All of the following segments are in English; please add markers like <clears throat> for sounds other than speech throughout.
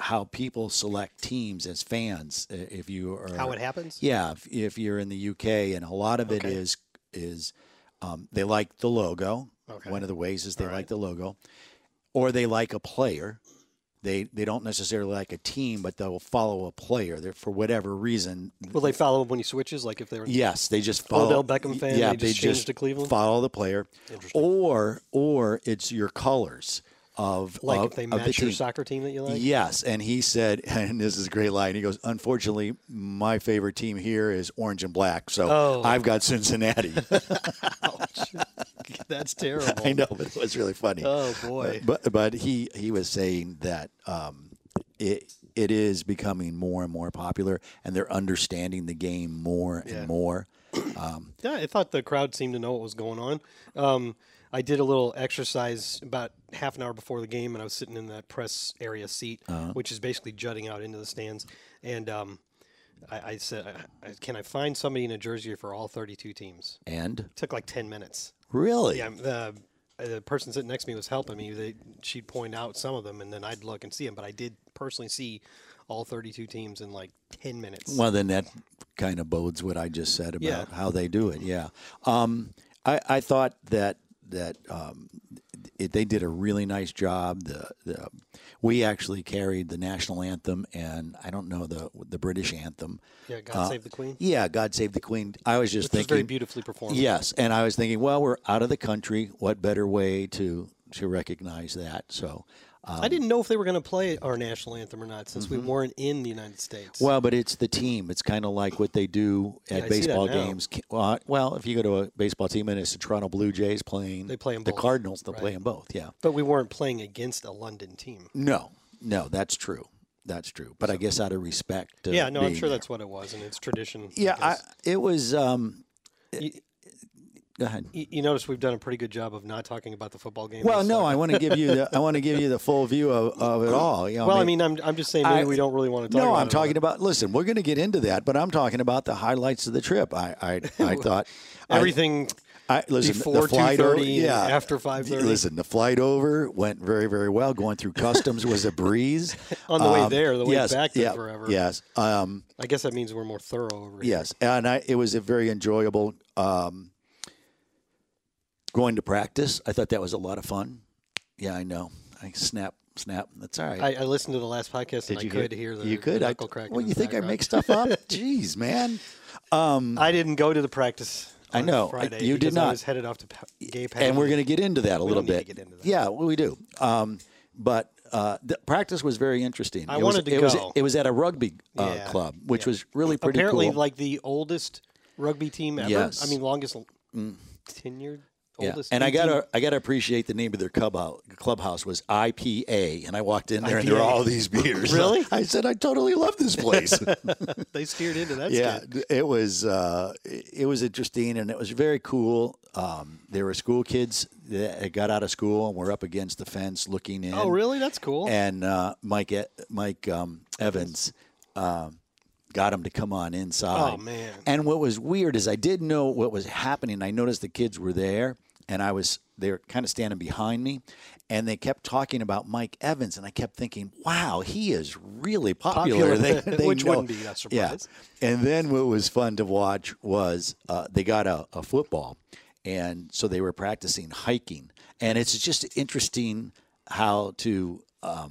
how people select teams as fans. i- If you are How it happens? yeah, if, if you're in the UK, and a lot of it is is um, they like the logo. One of the ways is they like the logo, or they like a player. They they don't necessarily like a team, but they'll follow a player. They're, for whatever reason, Will they follow up when he switches? Like if they were Yes, they just follow Odell Oh, Beckham fan, Yeah, they just changed to Cleveland? Follow the player, or or it's your colors of like of, if they of the match your team. soccer team that you like? Yes, and he said, <laughs> and this is a great line. He goes, "Unfortunately, my favorite team here is orange and black, so Oh. I've got Cincinnati." <laughs> That's terrible. I know, but it was really funny. Uh, Oh, boy. But but he he was saying that um, it it is becoming more and more popular, and they're understanding the game more and more. Yeah, I thought the crowd seemed to know what was going on. Um, I did a little exercise about half an hour before the game, and I was sitting in that press area seat, which is basically jutting out into the stands. And um, I, I said, I, I- "Can I find somebody in a jersey for all 32 teams?" And took like 10 minutes. really, Yeah, um, the the person sitting next to me was helping me. They, she'd point out some of them, and then I'd look and see them. But I did personally see all 32 teams in like 10 minutes. Well, then that kind of bodes what I just said about Yeah. how they do it. Yeah, um, I, I thought that that um, it, they did a really nice job. The, the we actually carried the national anthem and I don't know the the British anthem. Uh, yeah, God save the Queen. Yeah, God Save the Queen. I was just It was thinking very beautifully performed. Yes, and I was thinking, well, we're out of the country. What better way to to recognize that? So. I didn't know if they were going to play our national anthem or not since we weren't in the United States. Well, but it's the team. It's kind of like what they do I at see that baseball now. games. Ca- Well, well, if you go to a baseball team and it's the Toronto Blue Jays playing, They play 'em the both, Cardinals. They play right. 'em both. Yeah. but we weren't playing against a London team. No, no, that's true. That's true. But I guess out of respect. To Yeah, no, I'm being sure there. that's what it was, and it's tradition. Yeah, I, guess. it was. Um, You- Go ahead. You, you notice we've done a pretty good job of not talking about the football game. Well, this no, summer. I want to give you the I want to give you the full view of, of it all. You know, well, I may- mean, I'm, I'm just saying maybe I- we don't really want to talk. no, about I'm it. talking about. Listen, we're going to get into that, but I'm talking about the highlights of the trip. I I, <laughs> I thought I- everything. I, listen, the before flight over- 2:30 and yeah, after 5:30. Listen, the flight over went very, very well. Going through customs was a breeze. <laughs> On Um, the way there, the way yes, back took yeah, forever. Yes, um, I guess that means we're more thorough over here. yes, and I, it was a very enjoyable. Um, going to practice, I thought that was a lot of fun. Yeah, I know. I snap, snap. That's all right. I, I listened to the last podcast and I could hear the you could the I- knuckle crack. Well, in you the think I background. make <laughs> stuff up? Jeez, man. I didn't go to the practice. I on know. I- Friday you did because not. I was headed off to pa- gay and we're going to get into that a little don't need bit. to get into that. Yeah, well, we do. Um, but uh, the practice was very interesting. I it was, wanted to it was- go. it was at a rugby uh, Yeah. club, which was really pretty apparently cool. like the oldest rugby team ever. Yes. Mm. I mean, longest tenured. yeah. Oldest And I team. gotta, I gotta appreciate the name of their club house, clubhouse was IPA, and I walked in there and there were IPA. all these <laughs> beers. Really? I said I totally love this place. <laughs> They steered into that. yeah, shit. th- it was uh, it it was interesting and it was very cool. Um, there were school kids that got out of school and were up against the fence looking in. Oh, really? That's cool. and uh, Mike E- Mike um, Evans um, got him to come on inside. Oh, man. And what was weird is I didn't know what was happening. I noticed the kids were there, and I was they were kind of standing behind me, and they kept talking about Mike Evans, and I kept thinking, "Wow, he is really popular." Popular. <laughs> They, they Which know- wouldn't be that surprise. Yeah. And then what was fun to watch was uh, they got a, a football, and so they were practicing hiking, and it's just interesting how to uh,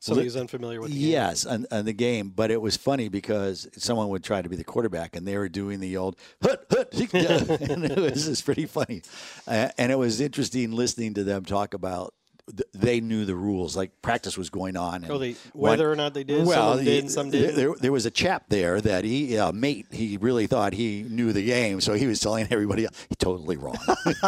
Somebody who's unfamiliar with the game. Yes, on, on the game, but it was funny because someone would try to be the quarterback, and they were doing the old hut hut, hick, yeah," and it <laughs> was just pretty funny, uh, and it was interesting listening to them talk about. th- They knew the rules, like practice was going on. And Oh, they- when- whether or not they did, some of them did and some there- didn't. There, there was a chap there that he, uh, mate, he really thought he knew the game, so he was telling everybody else, "You're totally wrong. <laughs>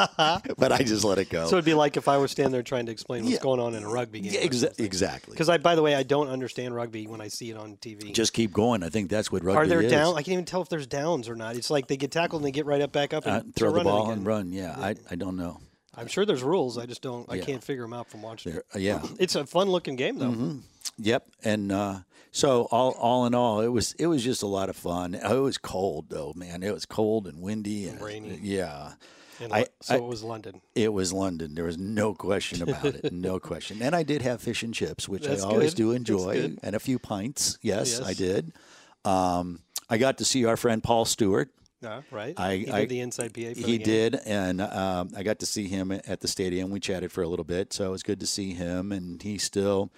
but I just let it go. So it'd be like if I was standing there trying to explain what's Yeah. going on in a rugby game. Yeah, exa- exactly. Because I, by the way, I don't understand rugby when I see it on TV. Just keep going. I think that's what rugby Are there is. down? I can't even tell if there's downs or not. It's like they get tackled and they get right up back up and Uh, throw to running the ball again. and run. Yeah, I, I don't know. I'm sure there's rules. I just don't. I can't figure them out from watching. There- Mm-hmm. It. <clears throat> uh, yeah. It's a fun looking game though. Yep. And uh, so all all in all, it was it was just a lot of fun. Oh, It was cold though, man. It was cold and windy and Rainy. Yeah. And I- lo- so I- it was London. It was London. There was no question about <laughs> it. No question. And I did have fish and chips, which That's I always good. do That's enjoy, good. and a few pints. Yes, I Yes. did. Um, I got to see our friend Paul Stewart. Yeah, uh, right. I- he did I- the inside PA. For the He game. did, and um, I got to see him at the stadium. We chatted for a little bit, so it was good to see him. And he's still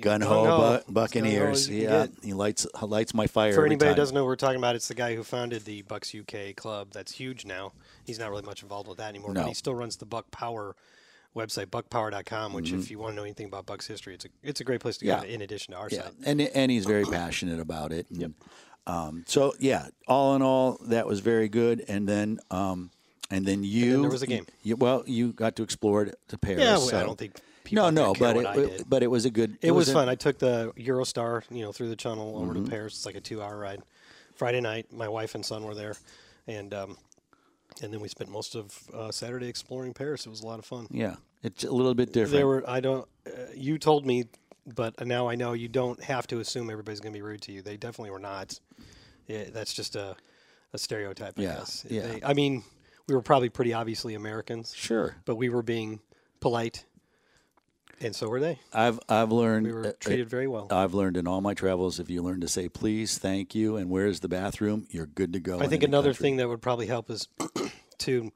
gun gung-ho. ho He's gun-ho Buccaneers. as you can Yeah, get. he lights lights my fire. For every anybody who time. doesn't know what we're talking about, it's the guy who founded the Bucks UK club. That's huge now. He's not really much involved with that anymore, No. but he still runs the Buck Power website, buckpower.com. Which, if you want to know anything about Bucks history, it's a it's a great place to Mm-hmm. Yeah. go. In addition to our yeah, site, and and he's <coughs> very passionate about it. And, Um, so yeah, all in all, that was very good. And then um, and then you there was a game. you- well, you got to explore it to Paris. well, I so- don't think people No, out there no, care but what it, I it- did. but it was Mm-hmm. a good. it was, a- fun. I took the Eurostar, you know, through the tunnel over to Paris. It's like a two-hour ride. Friday night, my wife and son were there, and um, and then we spent most of uh, Saturday exploring Paris. It was a lot of fun. Yeah, it's a little bit different. There were I don't. Uh, you told me, but now I know you don't have to assume everybody's going to be rude to you. They definitely were not. Yeah, that's just a, a stereotype. I Yeah, guess. yeah. They- I mean, we were probably pretty obviously Americans, sure. but we were being polite, and so were they. I've I've learned We were uh, uh, treated very well. I've learned in all my travels if you learn to say please, thank you, and where's the bathroom, you're good to go. I think another thing that would probably help is <clears throat> to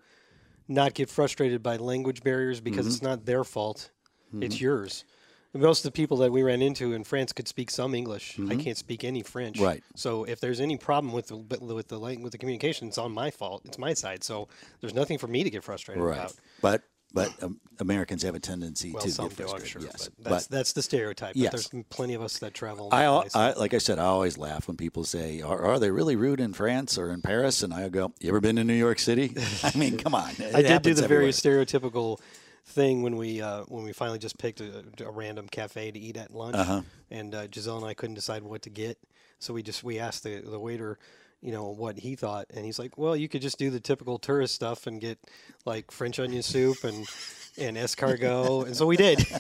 not get frustrated by language barriers because Mm-hmm. it's not their fault, it's yours. And Most of the people that we ran into in France could speak some English. I can't speak any French. Mm-hmm. Right. So if there's any problem with the but with the lang- with the communication, it's on my fault. It's my side. So there's nothing for me to get frustrated right. about. But but um, Americans have a tendency Well, to some get do, I'm frustrated. sure. yes, But that's that's the stereotype. Yes. But there's plenty of us that travel. I, al- places. I like I said, I always laugh when people say, "Are, are they really rude in France or in Paris?" And I go, "You ever been to New York <laughs> City?" I mean, come on. it I did do happens the everywhere. very stereotypical thing when we uh, when we finally just picked a, a random cafe to eat Uh-huh. at lunch, and uh, Giselle and I couldn't decide what to get, so we just we asked the, the waiter, you know what he thought, and he's like, "Well, you could just do the typical tourist stuff and get like French onion soup and and escargot." and so we did. <laughs>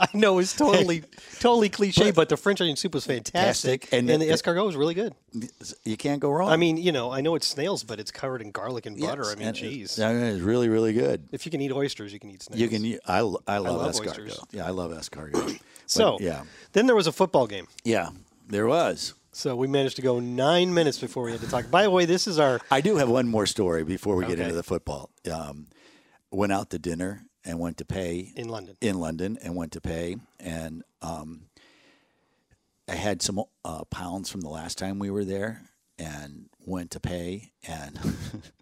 I know it's totally totally cliche, but the French onion soup was fantastic, Fantastic, and and, the it- escargot was really good. You can't go wrong. I mean, you know, I know it's snails, but it's covered in garlic and butter. Yes, I mean, and geez. It's, I mean, it's really, really good. If you can eat oysters, you can eat snails. You can. u- I, l- I love love escargot. oysters. Yeah, I love escargot. But, So yeah, Then there was a football game. yeah, there was. So we managed to go nine minutes before we had to talk. By the way, this is our I do have one more story before we get Okay. into the football. Um, went out to dinner and went to pay in London. in London and went to pay, and um, I had some uh, pounds from the last time we were there, and went to pay, and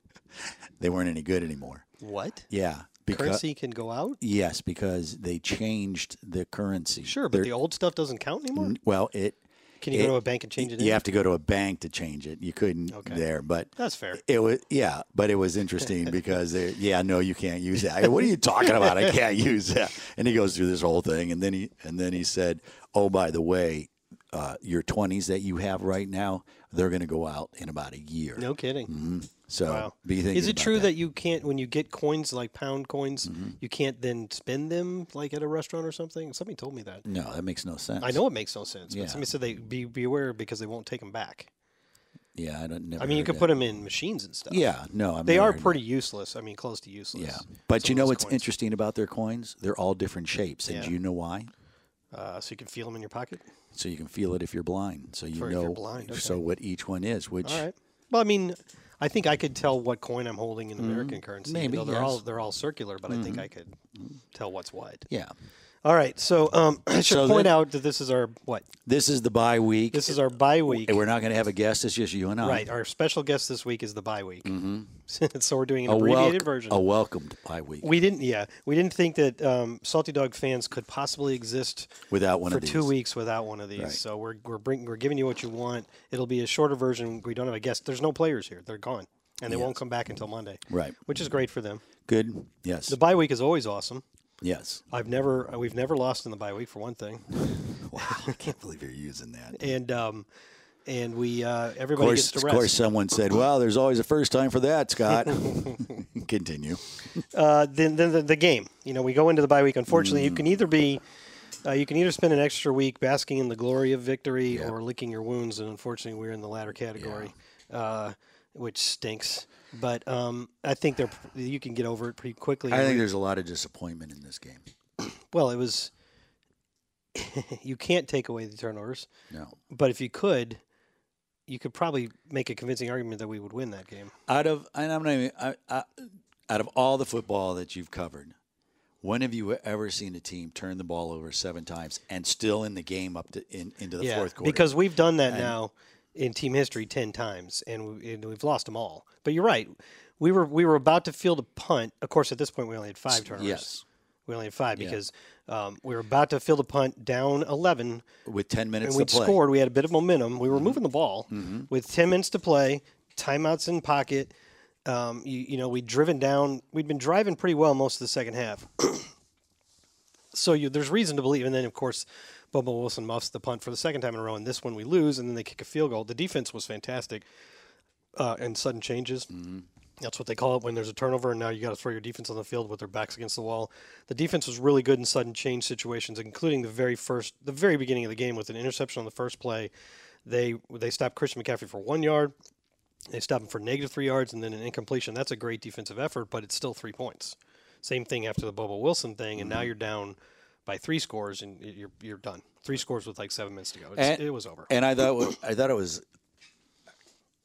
<laughs> they weren't any good anymore. What? Yeah, because Currency can go out? yes, because they changed the currency. Sure, but They're- the old stuff doesn't count anymore. well, it Can you it- go to a bank and change it? You in? have to go to a bank to change it. You couldn't there, but That's fair. It was yeah, but it <laughs> was interesting because they, yeah, no, you can't use that. I go, what are you talking about? I can't use that. And he goes through this whole thing, and then he and then he said, oh, by the way, uh, your twenties that you have right now, they're going to go out in about a year. No kidding. So Wow. be thinking. Is it about true that. that? Mm-hmm. you can't when you get coins like pound coins, you can't then spend them like at a restaurant or something? Somebody told me that. No, that makes no sense. I know it makes no sense, Mm. Yeah. but somebody said they be beware because they won't take them back. Yeah, I don't. Never I mean, you heard could that. put them in machines and stuff. Yeah, no, I'm they are pretty useless. I mean, close to useless. Yeah, but some you of know those what's coins. interesting about their coins? They're all different shapes, and Yeah. do you know why? Uh, so you can feel them in your pocket. so you can feel it if you're blind. So you For if know you're blind, okay. so what each one is, which All right. Well, I mean, I think I could tell what coin I'm holding in American currency. even Mm-hmm. Maybe, though they're all yes. Mm-hmm. they're all circular, but I think I could tell what's what. yeah. All right. So um, <clears throat> I should So point then- out that this is our what? This is the bye week. This is our bye week. and we're not going to have a guest. It's just you and I. Right. Our special guest this week is the bye week. Mm-hmm. <laughs> so we're doing an A, wel- abbreviated version. a welcomed bye week we didn't. Yeah, we didn't think that um, Salty Dog fans could possibly exist without one for of these. two weeks without one of these. So we're we're bring, we're giving you what you want. It'll be a shorter version. We don't have a guest. There's no players here. They're gone, and they won't come back until Monday. Right. Which is great for them. Good. Yes. The bye week is always awesome. <laughs> yes. I've never we've never lost in the bye week for one thing, Wow. I can't believe you're using that. Of and um, and we uh, everybody course, gets of to rest. course, someone said, "Well, there's always a first time for <laughs> that." Scott, continue. uh, then, then the, the game. You know, we go into the bye week. Unfortunately, you Mm. can either be, uh, you can either spend an extra week basking in the glory of victory or licking your wounds. And unfortunately, we're in the latter category, uh, which stinks. But um, I think they're you can get over it pretty quickly. I think there's a lot of disappointment in this game. well, it was. <laughs> you can't take away the turnovers, No. but if you could, you could probably make a convincing argument that we would win that game. out of and I'm not even, I, I, out of all the football that you've covered, when have you ever seen a team turn the ball over seven times and still in the game up to in, into the fourth quarter? Because we've done that now in team history ten times, and, we, and we've lost them all. But you're right. We were we were about to field a punt. Of course, at this point, we only had five turnovers. yes, we only had five because um, we were about to field a punt down eleven, with ten minutes and we to play, Mm-hmm. scored. We had a bit of momentum. We were moving the ball with ten minutes to play, timeouts in pocket. Um, you, you know, we'd driven down. We'd been driving pretty well most of the second half. <clears throat> so you, there's reason to believe. And then, of course, Bubba Wilson muffs the punt for the second time in a row, and this one we lose, and then they kick a field goal. The defense was fantastic, uh, and sudden changes. That's what they call it when there's a turnover, and now you got to throw your defense on the field with their backs against the wall. The defense was really good in sudden change situations, including the very first, the very beginning of the game with an interception on the first play. They they stopped Christian McCaffrey for one yard. They stopped him for negative three yards and then an incompletion. That's a great defensive effort, but it's still three points. Same thing after the Bobo Wilson thing, and now Mm-hmm. you're down by three scores and y- you're you're done. Three scores with like seven minutes to go. It's, And- it was over. and I thought I thought it was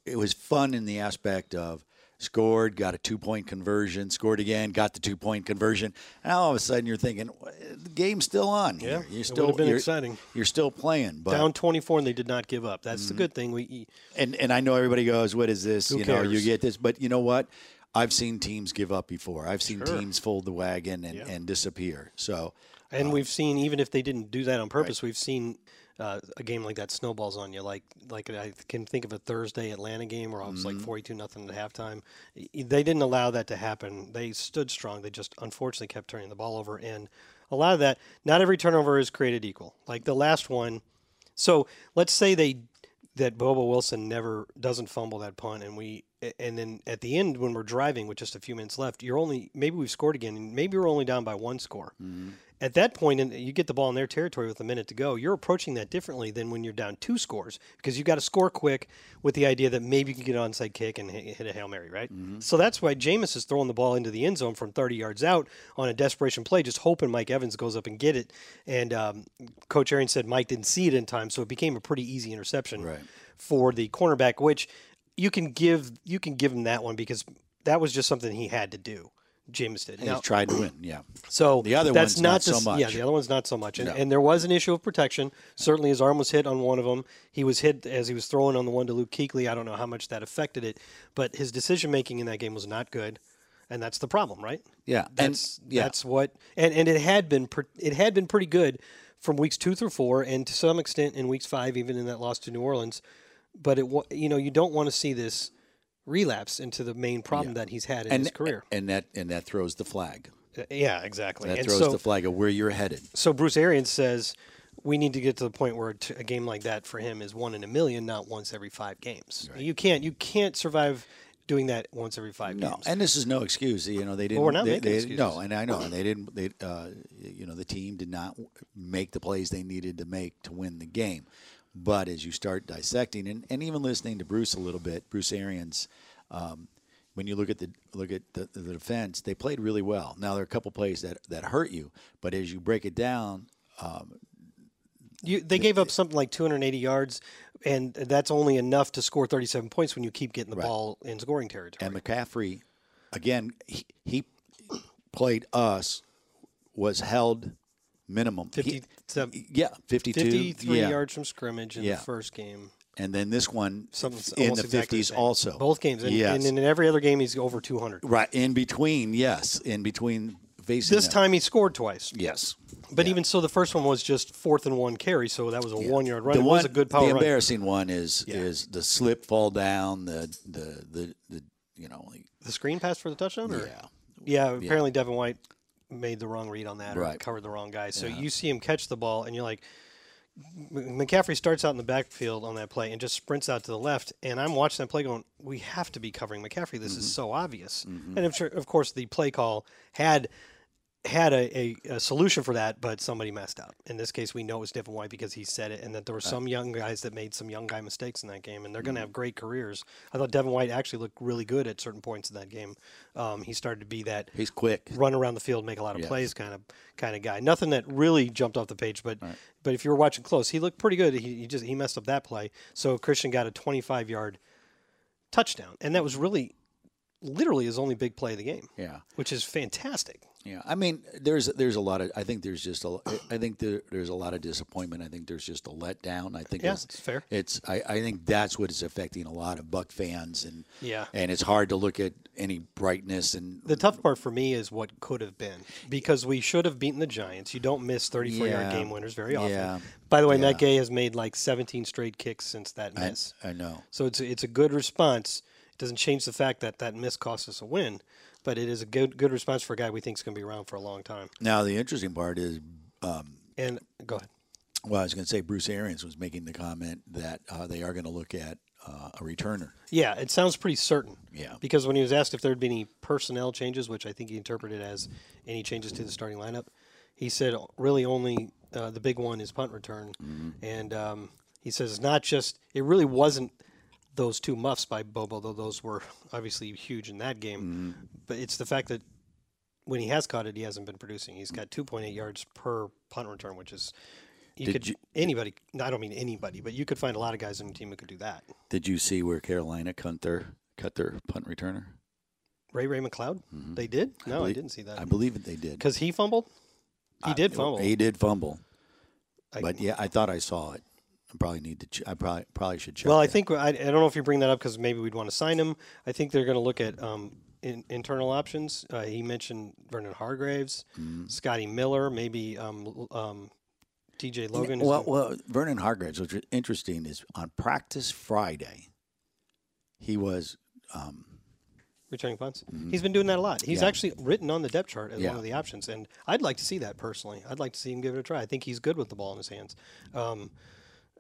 it was fun in the aspect of scored, got a two point conversion, scored again, got the two point conversion. And all of a sudden, you're thinking the game's still on. Yeah, here. it you're would've still been you're- exciting. You're still playing, but down 24 and they did not give up. Mm-hmm. That's the good thing. We e, and and I know everybody goes, "What is this?" you know, cares? you get this, but you know what? I've seen teams give up before. I've seen teams fold the wagon and, and disappear. So And we've seen, even if they didn't do that on purpose, we've seen uh, a game like that snowballs on you. Like, like I can think of a Thursday Atlanta game where I was like forty-two nothing at halftime. Y- They didn't allow that to happen. They stood strong. They just unfortunately kept turning the ball over, and a lot of that. Not every turnover is created equal. Like the last one. So let's say they that Bobo Wilson never doesn't fumble that punt, and we and then at the end when we're driving with just a few minutes left, you're only maybe we've scored again, and maybe we're only down by one score. At that point, and you get the ball in their territory with a minute to go, you're approaching that differently than when you're down two scores because you got to score quick with the idea that maybe you can get an onside kick and hit hit a hail mary, right? So that's why Jameis is throwing the ball into the end zone from 30 yards out on a desperation play, just hoping Mike Evans goes up and get it. And um, Coach Arian said Mike didn't see it in time, so it became a pretty easy interception Right. for the cornerback, which you can give you can give him that one because that was just something he had to do. James did. He's Now, tried to win. Yeah. so The other that's one's not to so s- much. Yeah, the other one's not so much. And, and there was an issue of protection. Certainly, his arm was hit on one of them. He was hit as he was throwing on the one to Luke Kuechly. I don't know how much that affected it, but his decision making in that game was not good, and that's the problem, right? Yeah. And- that's yeah. that's what. And and it had been pre- it had been pretty good from weeks two through four, and to some extent in weeks five, even in that loss to New Orleans. But it wa- you know you don't want to see this relapse into the main problem that he's had in his career. And that and that throws the flag. yeah, exactly. That And throws so- the flag of where you're headed. so Bruce Arians says we need to get to the point where t- a game like that for him is one in a million, not once every five games. You can't you can't survive doing that once every five No, games. Uh, and this is no excuse. You know they didn't. we're not they, making they- excuses. No, and I know and they didn't. They, uh, you know, the team did not w- make the plays they needed to make to win the game. But as you start dissecting and, and even listening to Bruce a little bit, Bruce Arians, um, when you look at the look at the, the defense, they played really well. Now there are a couple plays that that hurt you, but as you break it down, You, they gave up something like 280 yards, and that's only enough to score 37 points when you keep getting the ball in scoring territory. And McCaffrey, again, he, he played us, was held minimum. He- 57 yeah, 52. 53 yeah. yards from scrimmage in Yeah. the first game. And then this one Something's in almost the 50s exactly same. also. Both games. And, yes. and in every other game, he's over 200. right. In between, yes. In between facing This them. time he scored twice. Yes. But even so, the first one was just fourth and one carry, so that was a one yard run. the it one, was a good power The run. embarrassing one is is the slip, fall down, the the the, the you know, like, The screen pass for the touchdown? Or? yeah, Yeah, apparently Devin White made the wrong read on that or Right. covered the wrong guy. So you see him catch the ball, and you're like, M- McCaffrey starts out in the backfield on that play and just sprints out to the left. And I'm watching that play going, we have to be covering McCaffrey. This Mm-hmm. is so obvious. And I'm sure, of course, the play call had had a, a, a solution for that, but somebody messed up. In this case, we know it was Devin White because he said it, and that there were some young guys that made some young guy mistakes in that game, and they're Mm-hmm. going to have great careers. I thought Devin White actually looked really good at certain points in that game. Um, he started to be that he's quick. run around the field, make a lot of plays kind of kind of guy. Nothing that really jumped off the page, but but if you were watching close, he looked pretty good. He, he just he messed up that play. So Christian got a 25 yard touchdown, and that was really literally his only big play of the game. Yeah. which is fantastic. Yeah, I mean, there's there's a lot of. I think there's just a. I think there, there's a lot of disappointment. I think there's just a letdown. I think Yeah, it's, it's fair. It's. I, I think that's what is affecting a lot of Buck fans, and Yeah. and it's hard to look at any brightness and The tough part for me is what could have been because we should have beaten the Giants. You don't miss 34 Yeah. yard game winners very often. Yeah. By the way, Matt Gay has made like 17 straight kicks since that miss. I know. So it's a, it's a good response. It doesn't change the fact that that miss cost us a win, but it is a good good response for a guy we think is going to be around for a long time. Now the interesting part is, And go ahead. well, I was going to say Bruce Arians was making the comment that uh, they are going to look at uh, a returner. Yeah, it sounds pretty certain. Yeah. Because when he was asked if there'd be any personnel changes, which I think he interpreted as any changes to the starting lineup, he said really only uh, the big one is punt return, and um, he says it's not just it really wasn't those two muffs by Bobo, though those were obviously huge in that game, but it's the fact that when he has caught it, he hasn't been producing. He's got 2.8 yards per punt return, which is. You could anybody. no, I don't mean anybody, but you could find a lot of guys on your team who could do that. Did you see where Carolina cut their cut their punt returner? Ray Ray McLeod? They did? No, I, believe- didn't see Mm-hmm. I that. believe that they did. Because he fumbled? He did fumble. He did fumble, I- but yeah, I thought I saw it. I probably need to. Ch- I probably probably should check. well, I that. think, I, I don't know if you bring that up because maybe we'd want to sign him. I think they're going to look at um, in, internal options. Uh, he mentioned Vernon Hargraves, Mm-hmm. Scotty Miller, maybe um, L- um, TJ Logan. is Well, the- well, Vernon Hargraves, which is interesting, is on practice Friday. He was returning punts. He's been doing that a lot. He's actually written on the depth chart as Mm-hmm. Yeah. one of the options, and I'd like to see that personally. I'd like to see him give it a try. I think he's good with the ball in his hands. Um,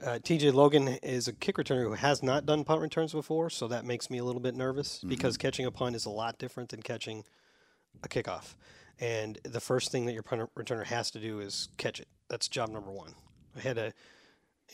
Uh, TJ Logan is a kick returner who has not done punt returns before, so that makes me a little bit nervous Mm-hmm. because catching a punt is a lot different than catching a kickoff. And the first thing that your punt returner has to do is catch it. That's job number one. I had a.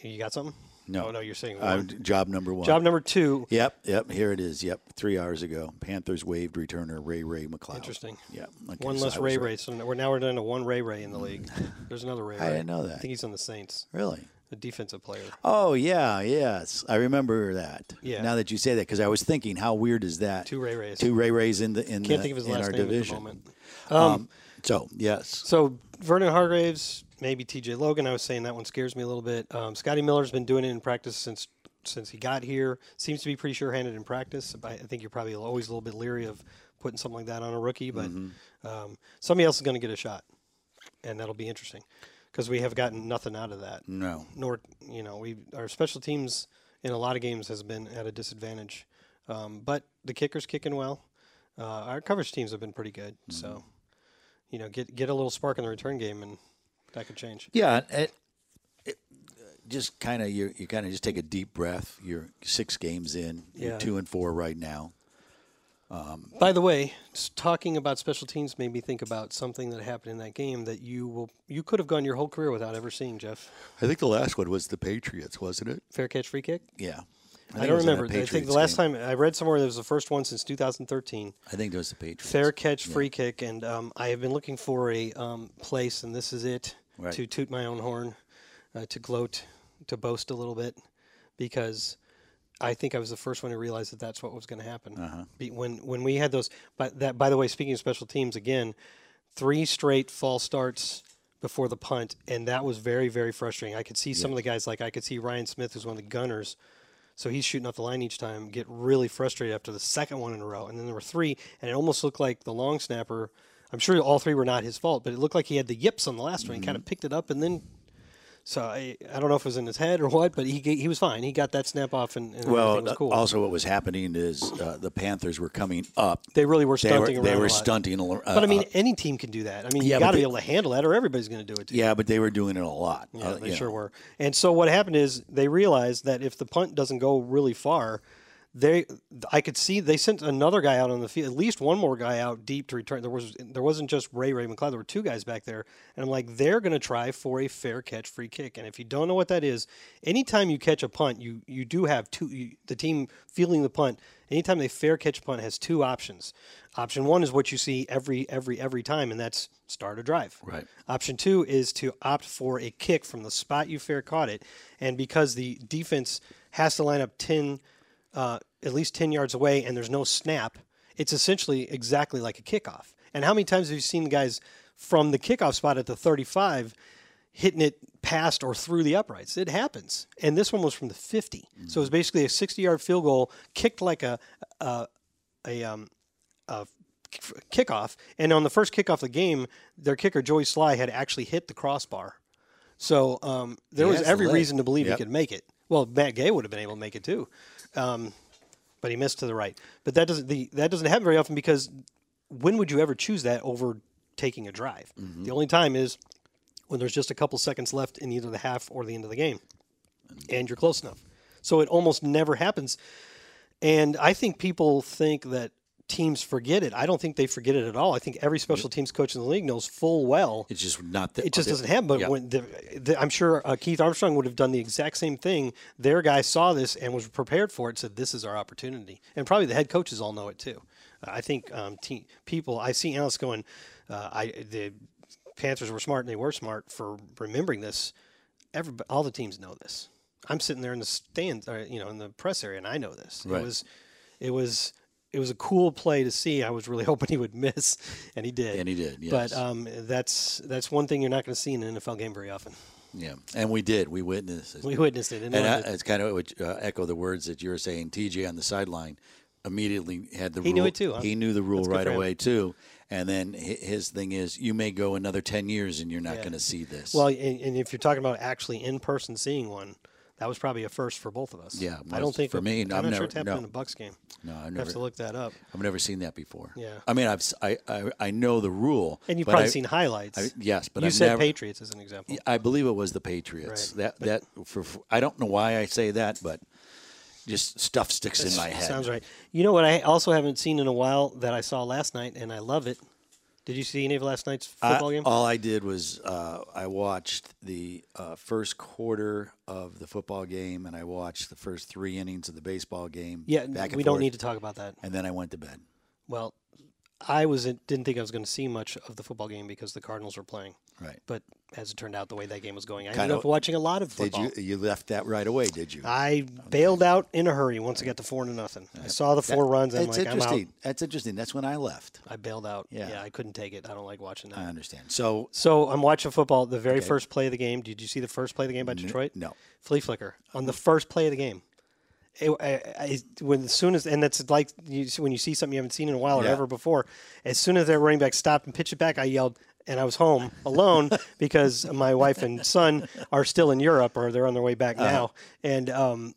You got something? No. Oh, no, you're saying Uh, one. job number one. job number two. Yep, yep. Here it is. Yep, three hours ago, Panthers waived returner Ray Ray McLeod. Interesting. Yeah, okay, One so less I was Ray right. Mm. Ray. So we're now we're down to one Ray Ray in the league. There's another Ray Ray. didn't know that. I think he's on the Saints, Really? the defensive player. Oh yeah, yes. I remember that. Yeah. Now that you say that, because I was thinking, how weird is that? Two Ray Rays. Two Ray Rays in the Can't in the, think of his in last our name division. at the moment. Um, so yes, So Vernon Hargraves, maybe T.J. Logan. I was saying that one scares me a little bit. Um, Scotty Miller's been doing it in practice since since he got here. Seems to be pretty sure-handed in practice. But I I think you're probably always a little bit leery of putting something like that on a rookie. But Mm-hmm. um, somebody else is going to get a shot, and that'll be interesting because we have gotten nothing out of that. no. nor you know we our special teams in a lot of games has been at a disadvantage, um, but the kickers kicking well. Uh, our coverage teams have been pretty good, so you know get get a little spark in the return game and that could change. Yeah, it, it, just kind of you. You kind of just take a deep breath. You're six games in. Yeah. You're two and four right now. By the way, s- talking about special teams made me think about something that happened in that game that you will you could have gone your whole career without ever seeing Jeff. I think the last one was the Patriots, wasn't it? Fair catch, free kick. Yeah. I, don't remember. I think the last time I read somewhere there was the first one since 2013. I think it was the Patriots. Fair catch, free kick, and um, I have been looking for a um, place, and this is it Right. to toot my own horn, uh, to gloat, to boast a little bit, because I think I was the first one to realize that that's what was going to happen. Be- when when we had those, but that by the way, speaking of special teams again, three straight false starts before the punt, and that was very very frustrating. I could see some of the guys like I could see Ryan Smith, who's one of the gunners. So he's shooting off the line each time, get really frustrated after the second one in a row. And then there were three, and it almost looked like the long snapper. I'm sure all three were not his fault, but it looked like he had the yips on the last one. He Mm-hmm. kind of picked it up, and then. So I, I don't know if it was in his head or what, but he ga- he was fine. He got that snap off, and, and Well, uh, everything was cool. also what was happening is uh, the Panthers were coming up. they really were They were, stunting around. they a were lot. stunting. al- Uh, but I mean, any team can do that. I mean, Yeah, you but got to they- be able to handle that, or everybody's going to do it. To you. yeah, but they were doing it a lot. Yeah, uh, they you sure know. were. And so what happened is they realized that if the punt doesn't go really far, they I could see they sent another guy out on the field, at least one more guy out deep to return. There was there wasn't just Ray Ray McLeod, there were two guys back there, and I'm like they're going to try for a fair catch free kick. And if you don't know what that is, anytime you catch a punt, you you do have two you, the team fielding the punt. Anytime they fair catch punt has two options. Option 1 is what you see every every every time and that's start a drive. Right. Option two is to opt for a kick from the spot you fair caught it. And because the defense has to line up 10, uh, at least 10 yards away and there's no snap, it's essentially exactly like a kickoff. And how many times have you seen guys from the kickoff spot at the 35 hitting it past or through the uprights? It happens. And this one was from the 50. So it was basically a 60 yard field goal kicked like a, a um, a f- kickoff, and on the first kickoff of the game, their kicker Joey Sly had actually hit the crossbar. So um, there was has the every leg. reason to believe Yep. he could make it. Well, Matt Gay would have been able to make it too, um, but he missed to the right. But that doesn't the, that doesn't happen very often because when would you ever choose that over taking a drive? Mm-hmm. The only time is when there's just a couple seconds left in either the half or the end of the game, and you're close enough. So it almost never happens. And I think people think that teams forget it. I don't think they forget it at all. I think every special teams coach in the league knows full well It's just not that. it just doesn't happen. But Yeah. when the, the, I'm sure uh, Keith Armstrong would have done the exact same thing. Their guy saw this and was prepared for it. Said this is our opportunity, and probably the head coaches all know it too. Uh, I think um, team, people. I see analysts going, uh, "I the Panthers were smart, and they were smart for remembering this." Every all the teams know this. I'm sitting there in the stands, or, you know, in the press area, and I know this. Right. It was, it was. It was a cool play to see. I was really <laughs> hoping he would miss, and he did. And he did, yes. But um, that's that's one thing you're not going to see in an NFL game very often. <laughs> Yeah, and we did. We witnessed. it. We witnessed it. And and I, loved it. it's kind of would uh, echo the words that you were saying. TJ on the sideline immediately had the He rule. knew it too, huh? He knew the rule That's good right for him. away too. And then hi- his thing is, you may go another ten years and you're not going to see this. well, and, and if you're talking about actually in person seeing one, That was probably a first for both of us. Yeah, I was don't think for me. I'm not I've never- sure it's happened no. in a Bucks game. No, I've I have to never, look that up. I've never seen that before. Yeah. I mean, I've, si I- I- I know the rule. And you've but probably I- seen highlights. I- yes, but you I've said never- Patriots as an example. I believe it was the Patriots. Right. That that for, for- I don't know why I say that, but just stuff sticks in my head. Sounds right. You know what? I also haven't seen in a while that I saw last night, and I love it. Did you see any of last night's I- football game? Uh, All I did was uh, I watched the uh, first quarter of the football game, and I watched the first three innings of the baseball game. yeah, back and we don't forth, need to talk about that. And then I went to bed. Well, I was didn't think I was going to see much of the football game because the Cardinals were playing. Right. But as it turned out, the way that game was going, I Kinda- ended up watching a lot of Did football. you? You left that right away, did you? I bailed out in a hurry once it got to four to nothing. I saw the four runs. I'm That's like, I'm out. interesting. That's interesting. That's when I left. I bailed out. Yeah. I couldn't take it. I don't like watching that. I understand. So So I'm watching football. The very first play of the game. Did you see the first play of the game by Detroit? no. Flea flicker on the first play of the game. It, I, I, when as soon as and that's like you, see- when you see something you haven't seen in a while or Yeah. ever before. As soon as their running back stopped and pitched it back, I yelled. And I was home <laughs> alone because my wife and son are still in Europe or they're on their way back Uh-huh. now. And um,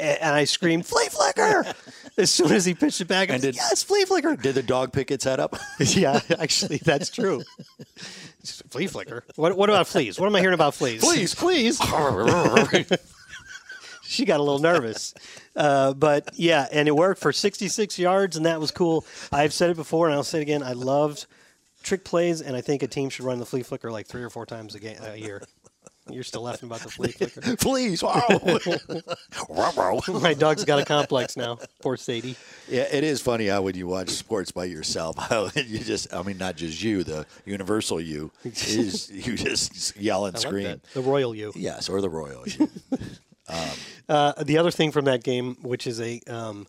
a- and I screamed flea flicker <laughs> as soon as he pitched it back. I was did- like, yes, flea flicker. did the dog pick its head up? <laughs> <laughs> Yeah, actually, that's true. Flea flicker. What, what about fleas? What am I hearing about fleas? please, please. <laughs> She got a little nervous. Uh, but yeah, and it worked for 66 yards, and that was cool. I've said it before, and I'll say it again. I loved trick plays, and I think a team should run the flea flicker like three or four times a, game, a year. You're still laughing about the flea <laughs> flicker. please. <laughs> <laughs> Wow. My dog's got a complex now. Poor Sadie. Yeah, it is funny how when you watch sports by yourself, <laughs> how you just, I mean, not just you, the universal you, is <laughs> you just yell and I like scream. that. The royal you. Yes, or the <laughs> royal you. Uh, the other thing from that game, which is a um,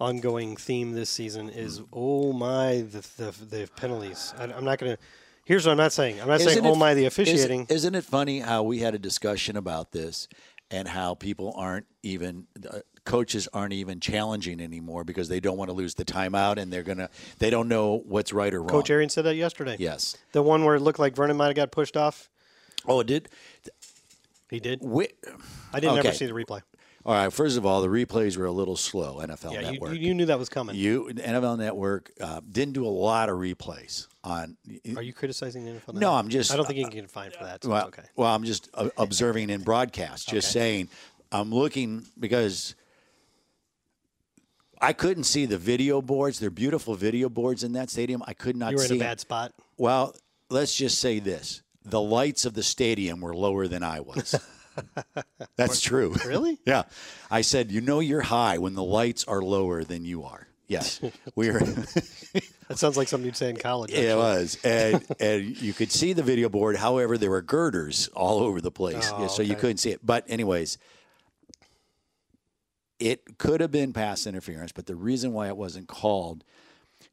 ongoing theme this season, is Hmm. oh my the the, the penalties. I, I'm not gonna. Here's what I'm not saying. I'm not saying Isn't it- oh my the is- officiating. Isn't, it funny how we had a discussion about this and how people aren't even uh, coaches aren't even challenging anymore because they don't want to lose the timeout and they're gonna they don't know what's right or wrong. Coach Arian said that yesterday. Yes. The one where it looked like Vernon might have got pushed off. Oh, it did. He did. Wi- I didn't ever okay. see the replay. all right. First of all, the replays were a little slow. NFL Yeah, you, Network. you knew that was coming. You NFL Network uh, didn't do a lot of replays on. Are you criticizing the NFL? No, now? I'm just- I don't think you can get fined for that. So well, it's okay. well, I'm just uh, observing in broadcast. Just saying, I'm looking because I couldn't see the video boards. They're beautiful video boards in that stadium. I could not You were in see. a 'em. bad spot. Well, let's just say this: the lights of the stadium were lower than <laughs> I was. That's true. Really? <laughs> Yeah. I said, you know, you're high when the lights are lower than you are. <laughs> Yes, we were. That sounds like something you'd say in college. It actually. was, <laughs> and and you could see the video board. However, there were girders all over the place, Oh, yeah, so you okay. couldn't see it. But anyways, it could have been pass interference. But the reason why it wasn't called,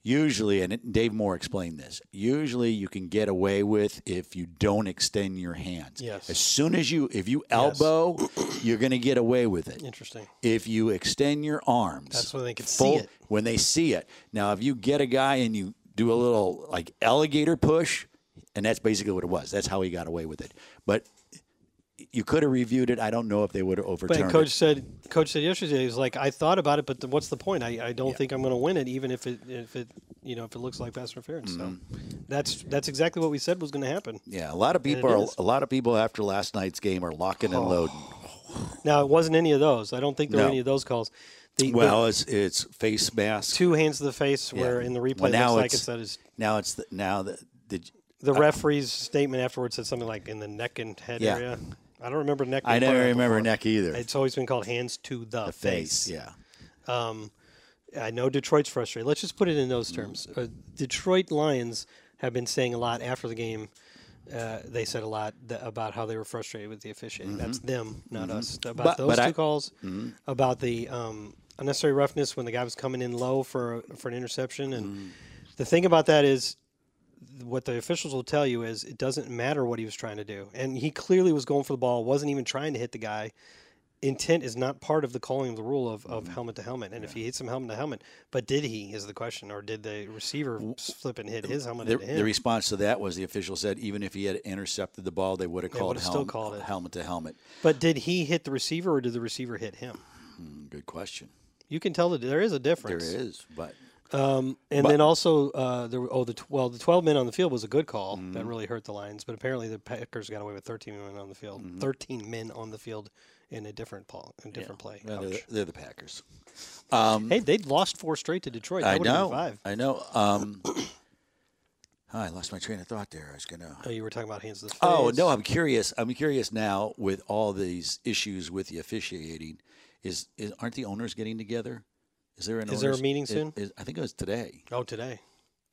usually, and it, Dave Moore explained this. Usually, you can get away with if you don't extend your hands. Yes. As soon as you, if you elbow, you're going to get away with it Interesting. if you extend your arms. That's when they can see it. When they see it. Now, if you get a guy and you do a little like alligator push, and that's basically what it was. That's how he got away with it. But you could have reviewed it. I don't know if they would have overturned But it. coach said, coach said yesterday, he was like, I thought about it, but th- what's the point? I, I don't think I'm going to win it, even if it, if it, you know, if it looks like pass interference. So Mm-hmm. that's that's exactly what we said was going to happen. Yeah, a lot of people it are is. Oh, a lot of people after last night's game are locking and loading. Now it wasn't any of those. I don't think there No. were any of those calls. The, Well, the it's it's face mask. two hands to the face Yeah. where in the Well, replay now looks like it it's- said is now it's the, now the, did the referee's statement afterwards said something like in the neck and head Yeah. area. I don't remember neck. I being part never of it remember before. neck either. It's always been called hands to the, face. Yeah. I know Detroit's frustrated. Let's just put it in those terms. Uh, Detroit Lions have been saying a lot after the game. Uh, they said a lot th- about how they were frustrated with the officiating. That's them, not us. About Mm-hmm. But- those but two I- Mm-hmm. calls, about the um, unnecessary roughness when the guy was coming in low for for an interception, and Mm-hmm. the thing about that is what the officials will tell you is it doesn't matter what he was trying to do. And he clearly was going for the ball, wasn't even trying to hit the guy. intent is not part of the calling of the rule of, Mm-hmm. of helmet to helmet. And if he hits him helmet to helmet, but did he is the question, or did the receiver slip and hit his helmet The, into him? the response to that was the official said even if he had intercepted the ball, they would have called, would've still helmet- called it. helmet to helmet. but did he hit the receiver, or did the receiver hit him? Good question. You can tell that there is a There difference. is, but And then also, uh, there were- oh the tw- well the twelve men on the field was a good call Mm-hmm. that really hurt the Lions, but apparently the Packers got away with thirteen men on the field, Mm-hmm. thirteen men on the field in a different ball, a different play. they're, Ouch. the- they're the Packers. Um, Hey, they'd lost four straight to Detroit. <laughs> That I would've know. Been five. I know. <coughs> Um, Ah, I lost my train of thought there. I was gonna. Oh, you were talking about hands to the face. Oh no, I'm curious. I'm curious now with all these issues with the officiating. Is, is aren't the owners getting together? Is there an Is there a owners- meeting is- soon? is- I think it was today. Oh, today.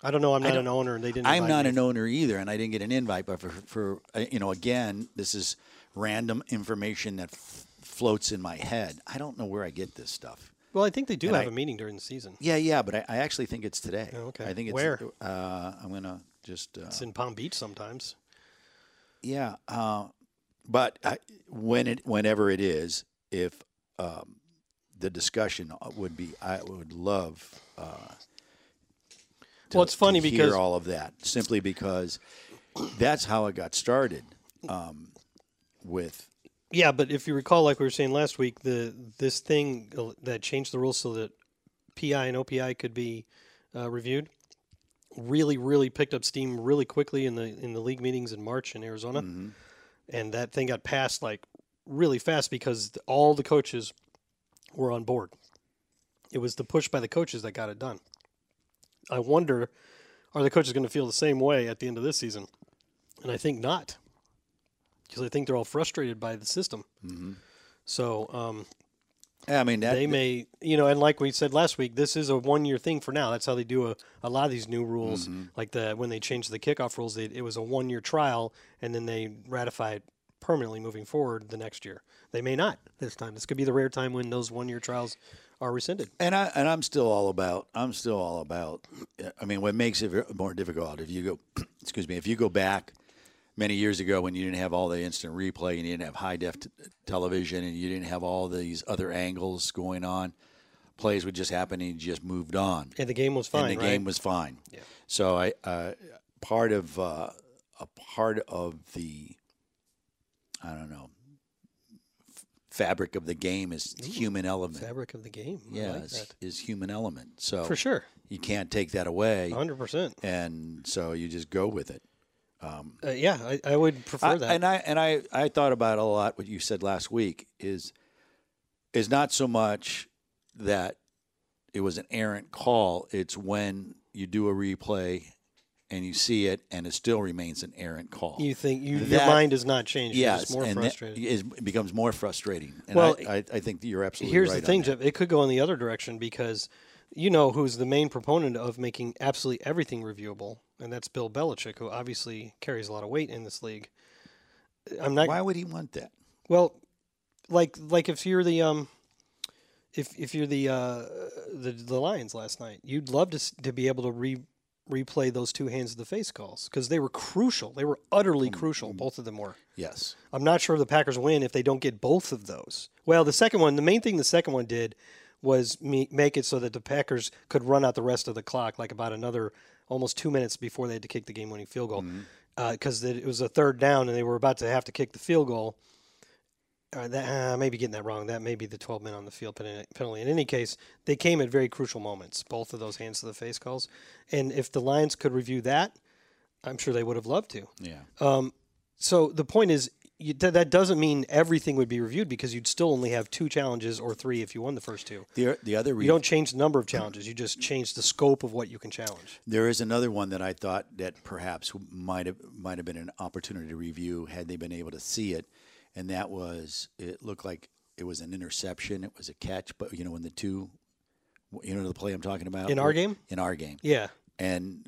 I don't know. I'm not an owner, and they didn't. I'm invite not me. an owner either, and I didn't get an invite. But for, for uh, you know, again, this is random information that f- floats in my head. I don't know where I get this stuff. Well, I think they do and have I- a meeting during the season. Yeah, yeah, but I, I actually think it's today. Oh, okay. I think it's Where? Uh, I'm gonna just. Uh, It's in Palm Beach sometimes. yeah, uh, but I, when it, whenever it is, if um, the discussion uh, would be, I would love. Uh, to- Well, it's funny to because- hear all of that simply because that's how it got started. Um, with Yeah, but if you recall, like we were saying last week, the this thing uh, that changed the rules so that PI and OPI could be uh, reviewed really, really picked up steam really quickly in the in the league meetings in March in Arizona, and that thing got passed like really fast because th- all the coaches were on board. It was the push by the coaches that got it done. I wonder, are the coaches going to feel the same way at the end of this season? And I think not because I think they're all frustrated by the system. Mm-hmm. So um, I mean that they may, you know, and like we said last week, this is a one-year thing for now. That's how they do a, a lot of these new rules. Mm-hmm. Like the when they changed the kickoff rules, they, it was a one-year trial, and then they ratify it permanently moving forward the next year. They may not this time. This could be the rare time when those one-year trials are rescinded. And I and I'm still all about I'm still all about. I mean, what makes it ver- more difficult if you go, <clears throat> excuse me, if you go back many years ago when you didn't have all the instant replay and you didn't have high def t- television and you didn't have all these other angles going on, plays would just happen and you just moved on And the game was fine. and the right? game was fine. So I uh, part of uh, a part of the I don't know f- fabric of the game is human element. fabric of the game. I Yeah, like is, that. is human element. So for sure, Oh, you can't take that away, hundred percent. and so you just go with it. Uh, yeah, I, I would prefer I- that. and I and I I thought about a lot what you said last week is is not so much that it was an errant call. It's when you do a replay and you see it, and it still remains an errant call. you think you, your That- mind is not changed. You're yes, just more and that frustrated. is- it becomes more frustrating. And Well, I, I, I think that you're absolutely Here's right the on thing, that. Jeff. It could go in the other direction because you know who's the main proponent of making absolutely everything reviewable, and that's Bill Belichick, who obviously carries a lot of weight in this league. I'm not Why would he want that? well, like like if you're the um, if if you're the uh the the Lions last night, you'd love to s- to be able to re replay those two hands of the face calls because they were crucial. They were Mm, utterly crucial. Both of them were. Yes. I'm not sure if the Packers win if they don't get both of those. Well, the second one, the main thing the second one did was me, make it so that the Packers could run out the rest of the clock, like about another almost two minutes before they had to kick the game winning field goal. Because it was a third down and they were about to have to kick the field goal. Uh, that, uh, maybe getting that wrong. That may be the 12 men on the field pen- penalty. In any case, they came at very crucial moments, both of those hands to the face calls. And if the Lions could review that, I'm sure they would have loved to. Yeah. So the point is, you, th- that doesn't mean everything would be reviewed because you'd still only have two challenges or three if you won the first two. the the other You don't change the number of challenges; you just change the scope of what you can challenge. There is another one that I thought that perhaps might have might have been an opportunity to review had they been able to see it, and that was it looked like it was an interception, it was a catch, but you know when the two, you know the play I'm talking about In our game? in our game, Yeah, and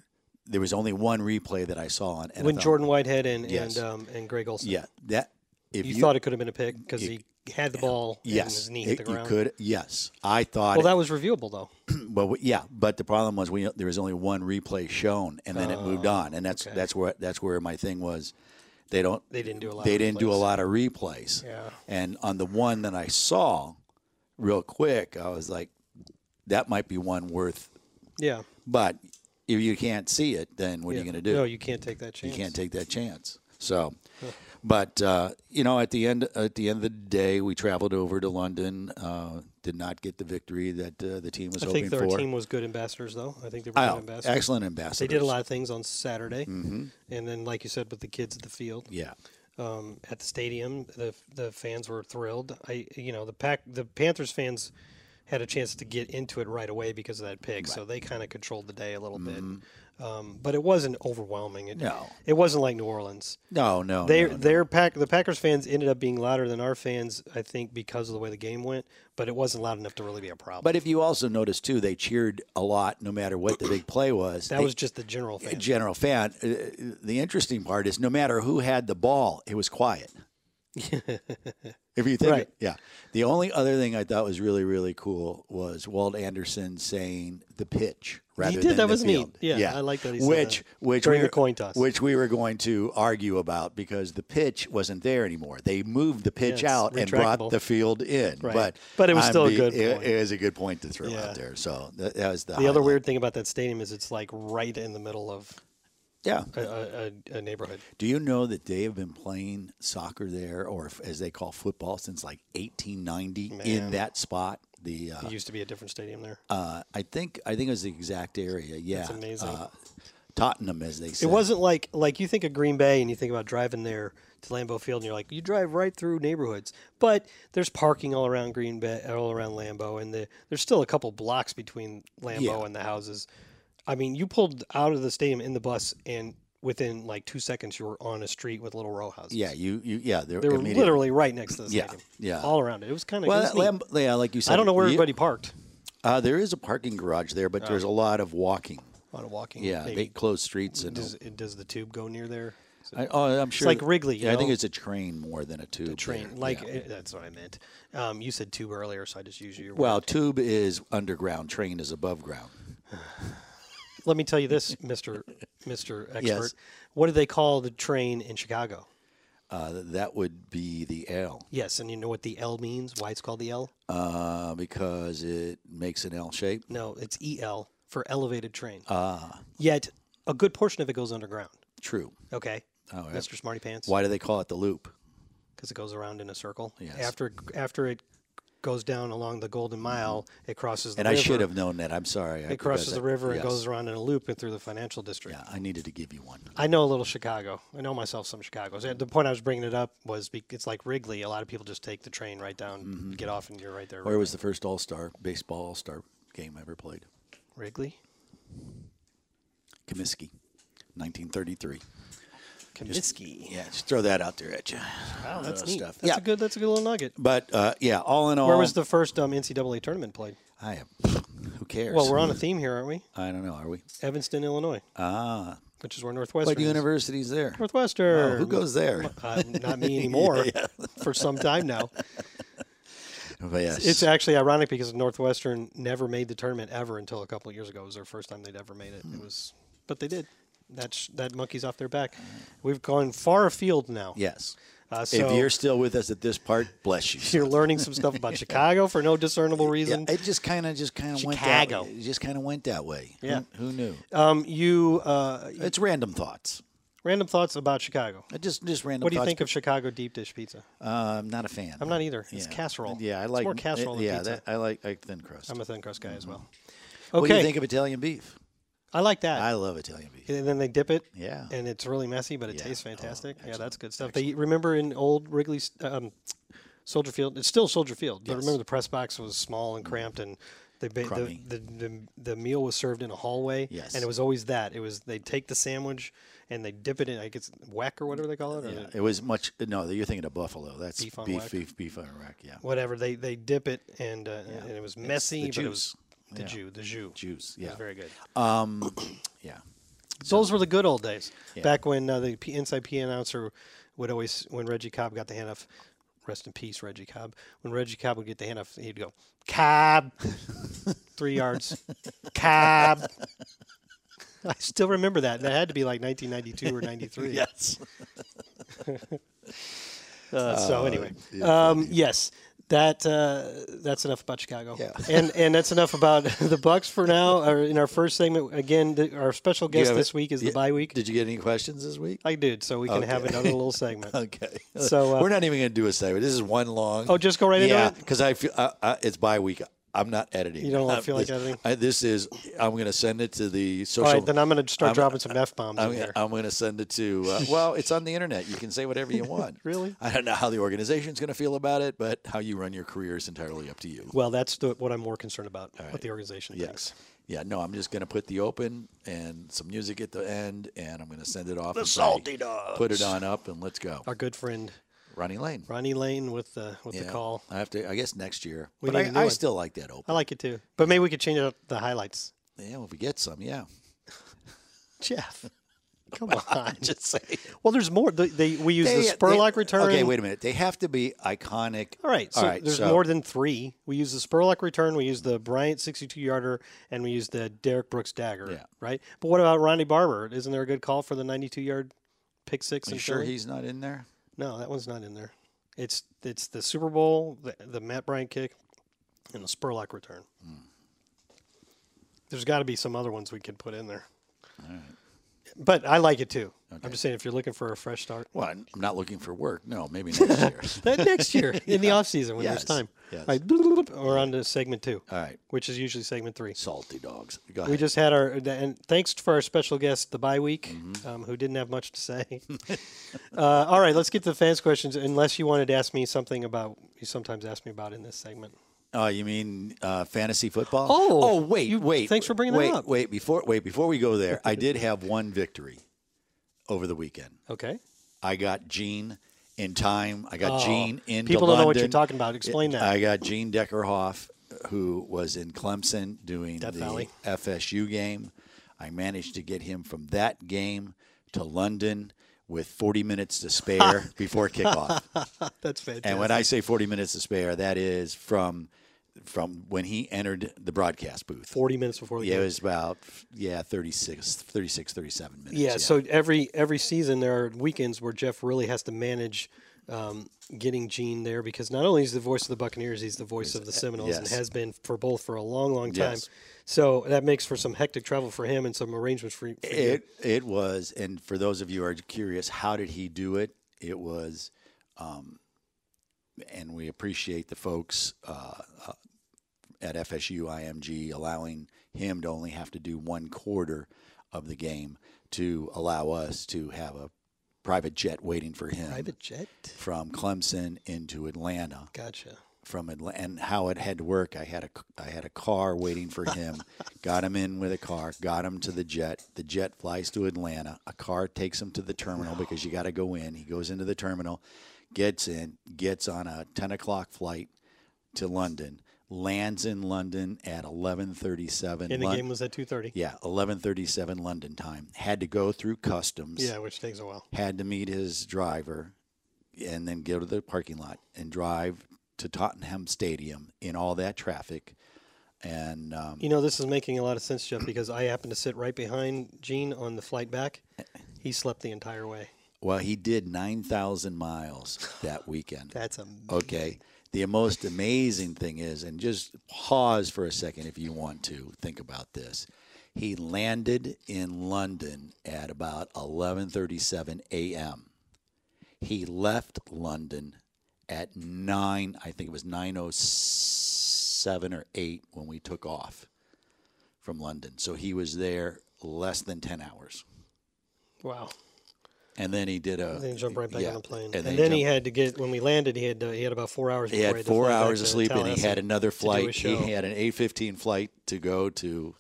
there was only one replay that I saw on NFL. when Jordan Whitehead and Yes. and um, and Greg Olson. yeah, that if you, you, thought it could have been a pick because he had the ball. and yes, his knee hit it- the ground. you could yes, I thought Well, that was reviewable though. Well, we- yeah, but the problem was we Oh, there was only one replay shown, and then it moved on, and that's that's where that's where my thing was. They don't. They didn't do a lot They of didn't do a replays. lot of replays. Yeah. And on the one that I saw, real quick, I was like, that might be one worth. Yeah. But if you can't see it, then what are you going to do? No, you can't take that chance. you can't take that chance. So, but uh, you know, at the end, at the end of the day, we traveled over to London. Uh, did not get the victory that uh, the team was I think hoping their for. team was good ambassadors, though. I think they were Oh, good ambassadors. excellent They ambassadors. Mm-hmm. did a lot of things on Saturday, and then, like you said, with the kids at the field, Yeah, um, at the stadium, the the fans were thrilled. I, you know, the pack, the Panthers fans had a chance to get into it right away because of that pick, so they kind of controlled the day a little bit. Um, but it wasn't overwhelming. It, Mm-hmm. No. it wasn't like New Orleans. no, no, They, no, no. their pack, the Packers fans ended up being louder than our fans, I think, because of the way the game went. But it wasn't loud enough to really be a problem. But if you also notice too, they cheered a lot, no matter what the big play was. that They- was just the general fan. general fan. Uh, The interesting part is, no matter who had the ball, it <laughs> was quiet. if you think, Right. yeah. The only other thing I thought was really, really cool was Walt Anderson saying the pitch rather did. than That the was neat. field. Yeah, I like that he said which, that. Which During we the were- coin toss. which we were going to argue about because the pitch wasn't there anymore. They moved the pitch Yes, out and brought retractable. the field in, Right. but But it was I'm still a be- good It, point. it was a good point to throw Yeah. out there. So that, that was the The other highlight. weird thing about that stadium is it's like right in the middle of yeah. a, a, a- a neighborhood. Do you know that they have been playing soccer there, or f- as they call football, since like 1890 in that spot? The uh, It used to be a different stadium there. uh, I think I think it was the exact area. Yeah, That's amazing. Uh, Tottenham, as they say. it wasn't like like you think of Green Bay and you think about driving there to Lambeau Field and you're like you drive right through neighborhoods, but there's parking all around Green Bay, all around Lambeau, and the, there's still a couple blocks between Lambeau Yeah. and the houses. I mean, you pulled out of the stadium in the bus, and within like two seconds, you were on a street with little row houses. Yeah, you you yeah. They're, they were immediately- literally right next to the Yeah, stadium. yeah. all around it. It was kind of Well, that Lamb, yeah, like you said. I don't know where you- everybody parked Uh, there is a parking garage there, but there's a lot of walking. on a walking. Yeah, maybe. they close streets and. Does, it- does the tube go near there? Is it I, oh, I'm sure. like that- Wrigley, you Yeah, I think know? it's a train more than a tube. a train, there. like Yeah. eh, that's what I meant. Um, you said tube earlier, so I just used your. Well, word. tube is underground. Train is above ground. let me tell you <laughs> this, Mister Mister Expert. Yes. What do they call the train in Chicago? Uh, that would be the L. Yes, and you know what the L means? Why it's called the L? Uh, because it makes an L shape. No, it's E L for elevated train. Ah. Yet a good portion of it goes underground. True. Okay. All right. Mister Smarty Pants. Oh, Why do they call it the loop? because it goes around in a circle. Yes. After it- after it goes down along the Golden Mile, it crosses. The And I river. should have known that. I'm sorry. It crosses the river and goes around in a loop and through the financial district. Yeah, I needed to give you one. I know a little Chicago. I know myself some Chicago. So the point I was bringing it up was be, it's like Wrigley. A lot of people just take the train right down, Mm-hmm. get off, and you're right there. Where was the first All Star baseball All Star game I ever played? Wrigley? Comiskey, 1933. Comiskey. Yeah, just throw that out there at you. Wow, that's Uh, neat. stuff. That's Yeah. a good. That's a good little nugget. But uh, yeah, all in all, Where was the first um, NCAA tournament played? I am. Who cares? Well, we're on a theme here, aren't we? I don't know. Are we? Evanston, Illinois, Ah, which is where Northwestern. what is. university's there? Northwestern. Oh, who goes there? Uh, not <laughs> me anymore. For some time now, But yes. it's actually ironic because Northwestern never made the tournament ever until a couple of years ago. It was their first time they'd ever made it. Hmm. It was, but they did. That sh- that monkey's off their back. We've gone far afield now. yes. Uh, so if you're, <laughs> you're still with us at this part, bless you. learning some stuff <laughs> about Chicago for no discernible reason. Yeah, it just kind of just kind of went that Chicago. It just kind of went that way. Who- Yeah. Who, knew? um, you uh, It's random thoughts. random thoughts about Chicago. I just just random. What do you thoughts. think of Chicago deep dish pizza? Uh, I'm not a fan. I'm not either. It's Yeah. casserole. Yeah, I It's like eh, more casserole than yeah, pizza. that- I like like thin crust. I'm a thin crust guy as well. What do you Okay, think of Italian beef? I like that. I love Italian beef. and then they dip it. Yeah. And it's really messy, but it Yeah. tastes Oh, fantastic. yeah, that's good stuff. They remember in old Wrigley's um, Soldier Field. It's still Soldier Field. You remember the press box was small and cramped, and they ba- the, Mm. Crummy. the, the the meal was served in a hallway. Yes. And it was always that. It was they take the sandwich and they dip it in. I guess whack or whatever they call it. Or Yeah, the- Uh, it was much. No, you're thinking of buffalo. That's Beef on beef, rack. beef, beef on rack. Yeah, Whatever they they dip it and uh, and it was messy, but it was juice. the Yeah. jus, the jus. juice. It Yeah, was very good. yeah. Those were the good old days. Back when uh, the P- inside PA announcer would always, when Reggie Cobb got the handoff, rest in peace, Reggie Cobb. When Reggie Cobb would get the handoff, he'd go, <laughs> Cobb, three yards, Cobb. <laughs> I still remember that. That had to be like 1992 or 93. Yes. Uh, so anyway, um, yes, that uh, that's enough about Chicago, Yeah. <laughs> and and that's enough about <laughs> the Bucks for now. Or in our first segment, again, the, our special guest have this it? week is Yeah. the bye week. Did you get any questions this week? I did, so we can have another <laughs> little segment. Okay. So, uh, we're not even going to do a segment. This is one long. Oh, just go right into yeah, it? because I feel uh, uh, it's bye week. I'm not editing. You don't wanna feel like this, editing? I, this is. I'm going to send it to the social. All right, then I'm going to start I'm- uh, dropping some f bombs in I'm, here. I'm going to send it to. <laughs> Uh, well, it's on the internet. You can say whatever you want. Really? I don't know how the organization's going to feel about it, but how you run your career is entirely up to you. well, that's the, what I'm more concerned about. What the organization thinks. Yeah, no, I'm just going to put the open and some music at the end, and I'm going to send it off. The Salty Dogs. Put it on up and let's go. Our good friend Ronnie Lane. Ronnie Lane with the with the Yeah. call. I have to. I guess next year. We but need I, a new I one. still like that open. I like it too, but maybe we could change up the <laughs> highlights. Yeah, well, if we get some, yeah. Oh. Jeff, come on. <laughs> Just say well, there's more. They, they we use the Spurlock return. Okay, wait a minute. They have to be iconic. All right, so there's so- more than three. We use the Spurlock return, we use the Bryant 62 yarder, and we use the Derek Brooks dagger. Yeah. Right. But what about Ronnie Barber? Isn't there a good call for the 92 yard pick six? Are you in sure Philly? he's not in there? No, that one's not in there. It's it's the Super Bowl, the, the Matt Bryant kick, and the Spurlock return. There's got to be some other ones we could put in there. But I like it too. I'm just saying, if you're looking for a fresh start, Well, I'm not looking for work. No, <laughs> maybe next year. that next <laughs> year in the off season when Yes, there's time. yes. All right, bloop, we're on to segment two. All right. Which is usually segment three. Salty dogs. Go We ahead. just had our and thanks for our special guest the bye week, um, who didn't have much to say. <laughs> uh, all right, let's get to the fans' questions. Unless you wanted to ask me something about you sometimes ask me about in this segment. Oh, you mean uh, fantasy football? Oh, oh, wait, you- wait. thanks for bringing that wait, up. Wait, before wait before we go there, <laughs> I did have one victory over the weekend. Okay, I got Gene in time. I got Gene in. Oh, people don't know what you're talking about. Explain that. I got Gene Deckerhoff, who was in Clemson doing Death the Valley. FSU game. I managed to get him from that game to London with 40 minutes <laughs> to spare before kickoff. That's fantastic. And when I say 40 minutes to spare, that is from from when he entered the broadcast booth. Forty minutes before the Yeah, it game. was about yeah 36, 36 37 minutes. yeah, so every every season there are weekends where Jeff really has to manage um, getting Gene there because not only is he the voice of the Buccaneers, he's the voice of the Seminoles and yes. has been for both for a long, long time. Yes. So that makes for some hectic travel for him and some arrangements for, for you. It it was, and for those of you who are curious, how did he do it? It was, um, and we appreciate the folks uh, uh, at FSU IMG allowing him to only have to do one quarter of the game to allow us to have a private jet waiting for him Private jet. from Clemson into Atlanta Gotcha. from Atlanta and how it had to work. I had a I had a car waiting for him, got him in with a car, got him to the jet. The jet flies to Atlanta. A car takes him to the terminal because you got to go in. He goes into the terminal, gets in, gets on a ten o'clock flight to London, lands in London at eleven thirty seven. And the game was at two thirty. yeah, eleven thirty seven London time. Had to go through customs Yeah, which takes a while. had to meet his driver and then go to the parking lot and drive to Tottenham Stadium in all that traffic. And um, You know, this is making a lot of sense, Jeff, because I happened to sit right behind Gene on the flight back. He slept the entire way. well, he did 9,000 miles that weekend. That's amazing. Oh. Okay. The most amazing thing is, and just pause for a second if you want to think about this. He landed in London at about 11:37 a.m. He left London at 9, I think it was 9:07 or 8 when we took off from London. So he was there less than 10 hours. Wow. And then he did a Then jump right back yeah, on the plane. And, And then, jumped- he had to get when we landed. He had to, he had about four hours. He before had four fly back hours of to sleep, and he had Tallahassee another do a flight. He show. had an eight fifteen flight to go to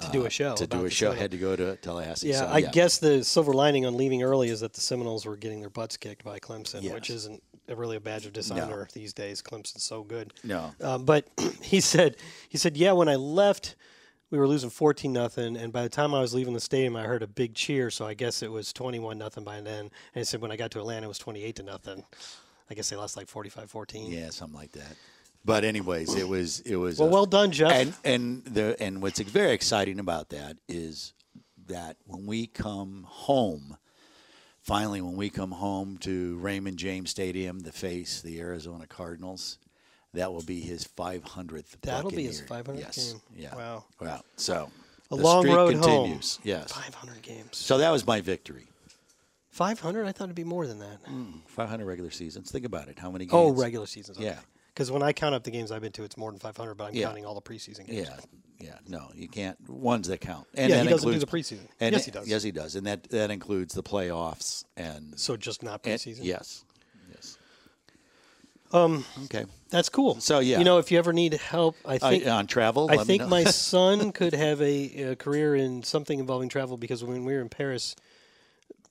to do a show. uh, to Oh, about do the a show. Seminoles. Had to go to Tallahassee. yeah, so, I guess the silver lining on leaving early is that the Seminoles were getting their butts kicked by Clemson, which Yes. isn't really a badge of dishonor these days. Clemson's so good. No. Um, but <clears throat> he said, he said, yeah, when I left, we were losing 14 nothing, and by the time I was leaving the stadium, I heard a big cheer, so I guess it was 21 nothing by then. And he said, when I got to Atlanta, it was 28 to nothing. I guess they lost like 45-14. yeah, something like that. But anyways, it was it was Well, a- well done, Jeff. And and the and what's very exciting about that is that when we come home finally, when we come home to Raymond James Stadium to face the Arizona Cardinals, that will be his 500th. That'll be Buccaneer. his 500th Yes. game. Yeah. Wow. Wow. So A the long streak road continues. home. Yes. 500 games. So that was my victory. 500? I thought it'd be more than that. 500 regular seasons. Think about it. How many games? Oh, regular seasons. Okay. Yeah. Because when I count up the games I've been to, it's more than 500, but I'm Yeah. counting all the preseason games. Yeah, yeah. No, you can't. Ones that count. And Yeah, that he doesn't do includes- the preseason. And Yes, he does. Yes, he does. And that that includes the playoffs and So just not and- preseason. yes, yes. Um. Okay. That's cool. So, yeah. You know, if you ever need help, I I- think Uh, on travel, I let me think know. <laughs> my son could have a, a career in something involving travel because when we were in Paris,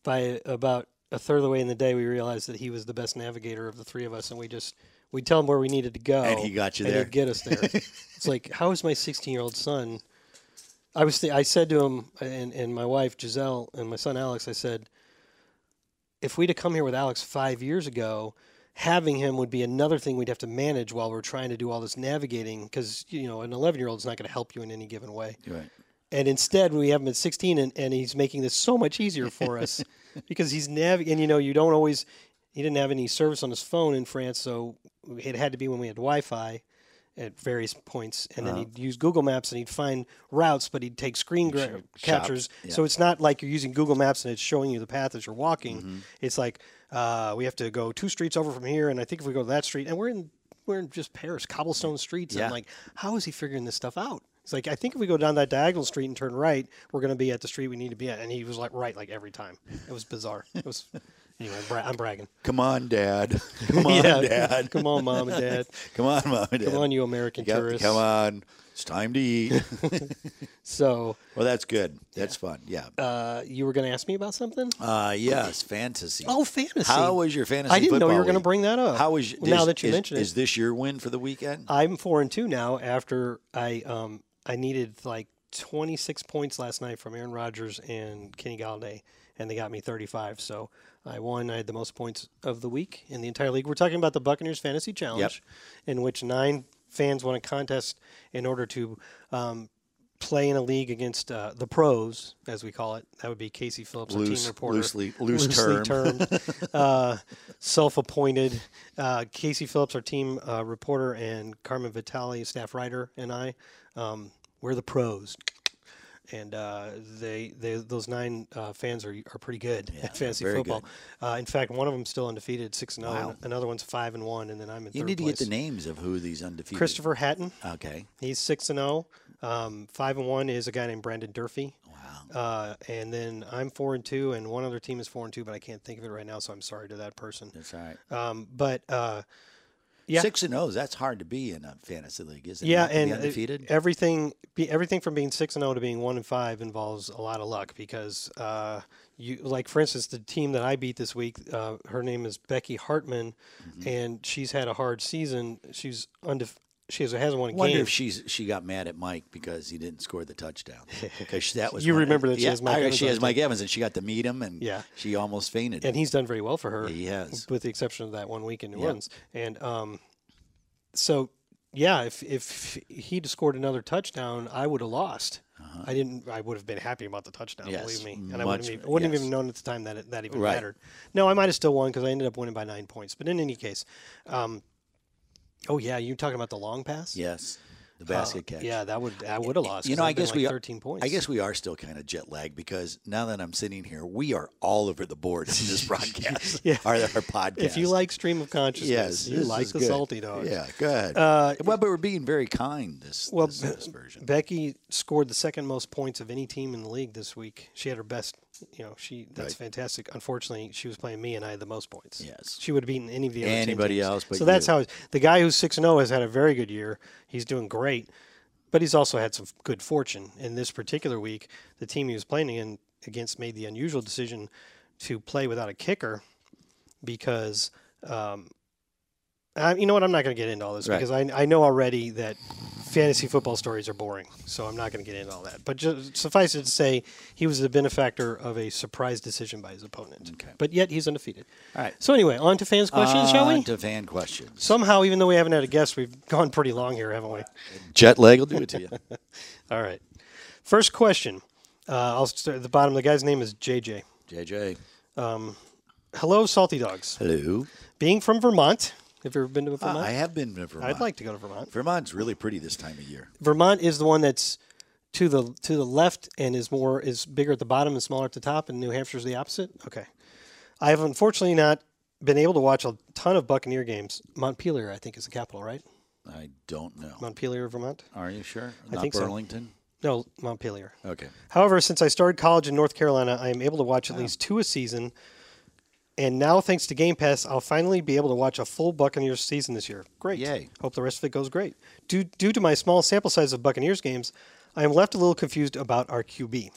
by about a third of the way in the day, we realized that he was the best navigator of the three of us, and we just we'd tell him where we needed to go, And he got you and there. He'd get us <laughs> there. it's like, how is my 16 year old son? I was th- I said to him and and my wife Giselle and my son Alex, I said, if we'd have come here with Alex five years ago, having him would be another thing we'd have to manage while we're trying to do all this navigating because you know an 11 year old is not going to help you in any given way. Right. And instead, we have him at 16, and, and he's making this so much easier for us because he's nav. And you know, you don't always. He didn't have any service on his phone in France, so it had to be when we had Wi-Fi at various points, and Uh-huh. then he'd use Google Maps and he'd find routes, but he'd take screen gra- captures. So it's not like you're using Google Maps and it's showing you the path as you're walking. Mm-hmm. It's like uh, we have to go two streets over from here, and I think if we go to that street, and we're in we're in just Paris, cobblestone streets. and Yeah. I'm like, how is he figuring this stuff out? It's like, I think if we go down that diagonal street and turn right, we're going to be at the street we need to be at. And he was like, right, like every time. It was bizarre. It was, <laughs> anyway, I'm, bra- I'm bragging. Come on, <laughs> Dad. Come on, Dad. Come on, mom and <laughs> dad. Come on, Mom and Dad. Come on, you American got- tourists. Come on. It's time <laughs> to eat. So well, that's good. That's fun. Yeah. uh, you were going to ask me about something? Uh, yes, fantasy. oh, fantasy. How was your fantasy? I didn't know you were going gonna to bring that up. How was your- Now is- that you is- mention it. Uh, Is this your win for the weekend? I'm four and two now after I um I needed like 26 points last night from Aaron Rodgers and Kenny Galladay, and they got me 35. So I won. I had the most points of the week in the entire league. We're talking about the Buccaneers Fantasy Challenge, in which nine fans won a contest in order to um, play in a league against uh, the pros, as we call it. That would be Casey Phillips, our Loose- team reporter, loosely- loose term. <laughs> termed, uh, self-appointed. Uh, Casey Phillips, our team uh, reporter, and Carmen Vitale, staff writer, and I. Um, we're the pros. And uh, they, they, those nine uh, fans are, are pretty good at fantasy very football. Uh, in fact, one of them's still undefeated, six and zero. Wow. and Another one's five and one, and then I'm in You third need to place. get the Uh. names of who these undefeated. Christopher Hatton, Okay. He's six and zero. Um, five and one is a guy named Brandon Durfee. Wow. Uh, and then I'm four and two, and one other team is four and two, but I can't think of it right now, so I'm sorry to that person. That's all right. Um, but uh, yeah. Six and O's. That's hard to be in a fantasy league, isn't yeah, it? To be and uh, undefeated. everything be, everything from being six and zero to being one and five involves a lot of luck because uh, you like for instance the team that I beat this week. Uh, her name is Becky Hartman, Mm-hmm. and she's had a hard season. She's undef- she has, hasn't won a Wonder game. if she's she got mad at Mike because he didn't score <laughs> the touchdown. Because that was You one- remember that she yeah, has Mike I- Evans She on has her Mike Evans, and she got to meet him, and Yeah. she almost fainted. and he's done very well for her. He has. with the exception of that one week in New Yeah. Orleans. And um, so, yeah, if if he'd scored another touchdown, I would have lost. I didn't. I would have been happy about the touchdown. Uh-huh. Yes, believe me, and I much- wouldn't, have, even- wouldn't have yes. even known at the time that it, that even Right. mattered. No, I might have still won because I ended up winning by nine points. But in any case, um, oh yeah, you talking about the long pass? yes, the basket catch. Oh, Yeah, that would I would have lost. You 'cause know, I that'd been guess like we are, thirteen points. I guess we are still kind of jet lagged because now that I'm sitting here, we are all over the board <laughs> in this broadcast. Yeah. our, our podcast. if you like stream of consciousness, yes, you this like is the good. salty dog. Yeah, good. Uh, well, but we're being very kind this Well, this, Be- this version. Becky scored the second most points of any team in the league this week. She had her best. You know, she that's fantastic. Unfortunately, she was playing me, and I had the most points. Yes. she would have beaten any of the other team Anybody teams. else but so that's you. how it- the guy who's six and zero has had a very good year. He's doing great, but he's also had some good fortune. In this particular week, the team he was playing in against made the unusual decision to play without a kicker because. Um, I, you know what? I'm not going to get into all this Right. because I, I know already that fantasy football stories are boring, so I'm not going to get into all that. But just suffice it to say, he was the benefactor of a surprise decision by his opponent. Okay. But yet he's undefeated. All right. Uh, So anyway, on to fans' questions, shall On we? To fan questions. Somehow, even though we haven't had a guest, we've gone pretty long here, haven't we? Jet lag will do it <laughs> to you. All right. First question. Uh, I'll start at the bottom. The guy's name is JJ. JJ. Hello, Salty Dogs. Hello. Being from Vermont, have you ever been to Ah, Vermont? I have been to Vermont. I'd like to go to Vermont. Vermont's really pretty this time of year. Vermont is the one that's to the to the left and is more is bigger at the bottom and smaller at the top, and New Hampshire's the opposite. Okay, I have unfortunately not been able to watch a ton of Buccaneer games. Montpelier, I think, is the capital, right? I don't know. Montpelier, Vermont. Are you sure? Not think so. Burlington. No, Montpelier. Okay. However, since I started college in North Carolina, I am able to watch at least two a season. And now, thanks to Game Pass, I'll finally be able to watch a full Buccaneers season this year. Great. Yay. Hope the rest of it goes great. Due, due to my small sample size of Buccaneers games, I am left a little confused about our QB.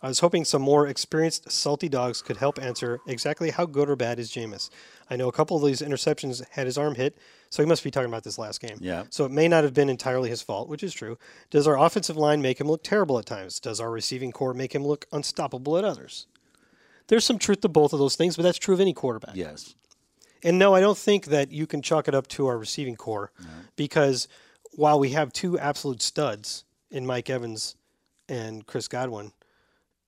I was hoping some more experienced salty dogs could help answer exactly how good or bad is Jameis. I know a couple of these interceptions had his arm hit, so he must be talking about this last game. Yeah. So it may not have been entirely his fault, which is true. Does our offensive line make him look terrible at times? Does our receiving core make him look unstoppable at others? There's some truth to both of those things, but that's true of any quarterback. Yes. And no, I don't think that you can chalk it up to our receiving core because while we have two absolute studs in Mike Evans and Chris Godwin,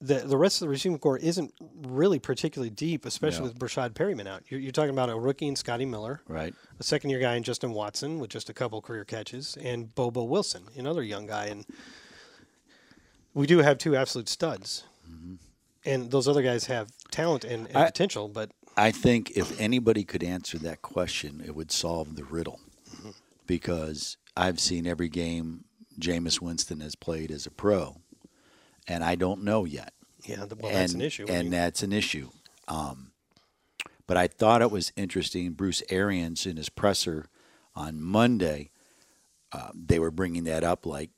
the, the rest of the receiving core isn't really particularly deep, especially with Brashad Perryman out. You're, you're talking about a rookie in Scotty Miller, Right. a second year guy in Justin Watson with just a couple career catches, and Bobo Wilson, another young guy. And we do have two absolute studs. Mm-hmm. And those other guys have talent and, and potential, but I think if anybody could answer that question, it would solve the riddle. Because I've seen every game Jameis Winston has played as a pro, and I don't know yet. yeah, the, well, that's and, an issue. when And you- that's an issue. Um, but I thought it was interesting. Bruce Arians in his presser on Monday, uh, they were bringing that up like,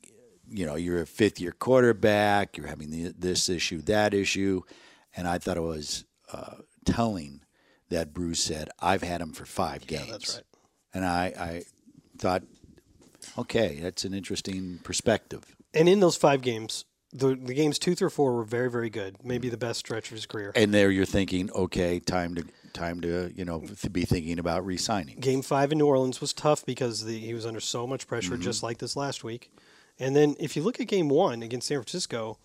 you know, you're a fifth year quarterback, you're having the, this issue, that issue. And I thought it was uh, telling that Bruce said, I've had him for five games. that's right. And I, I thought, okay, that's an interesting perspective. And in those five games, the, the games two through four were very, very good. Maybe the best stretch of his career. and there you're thinking, okay, time to time to you know to be thinking about re-signing. Game five in New Orleans was tough because the, he was under so much pressure, Mm-hmm. just like this last week. And then if you look at game one against San Francisco,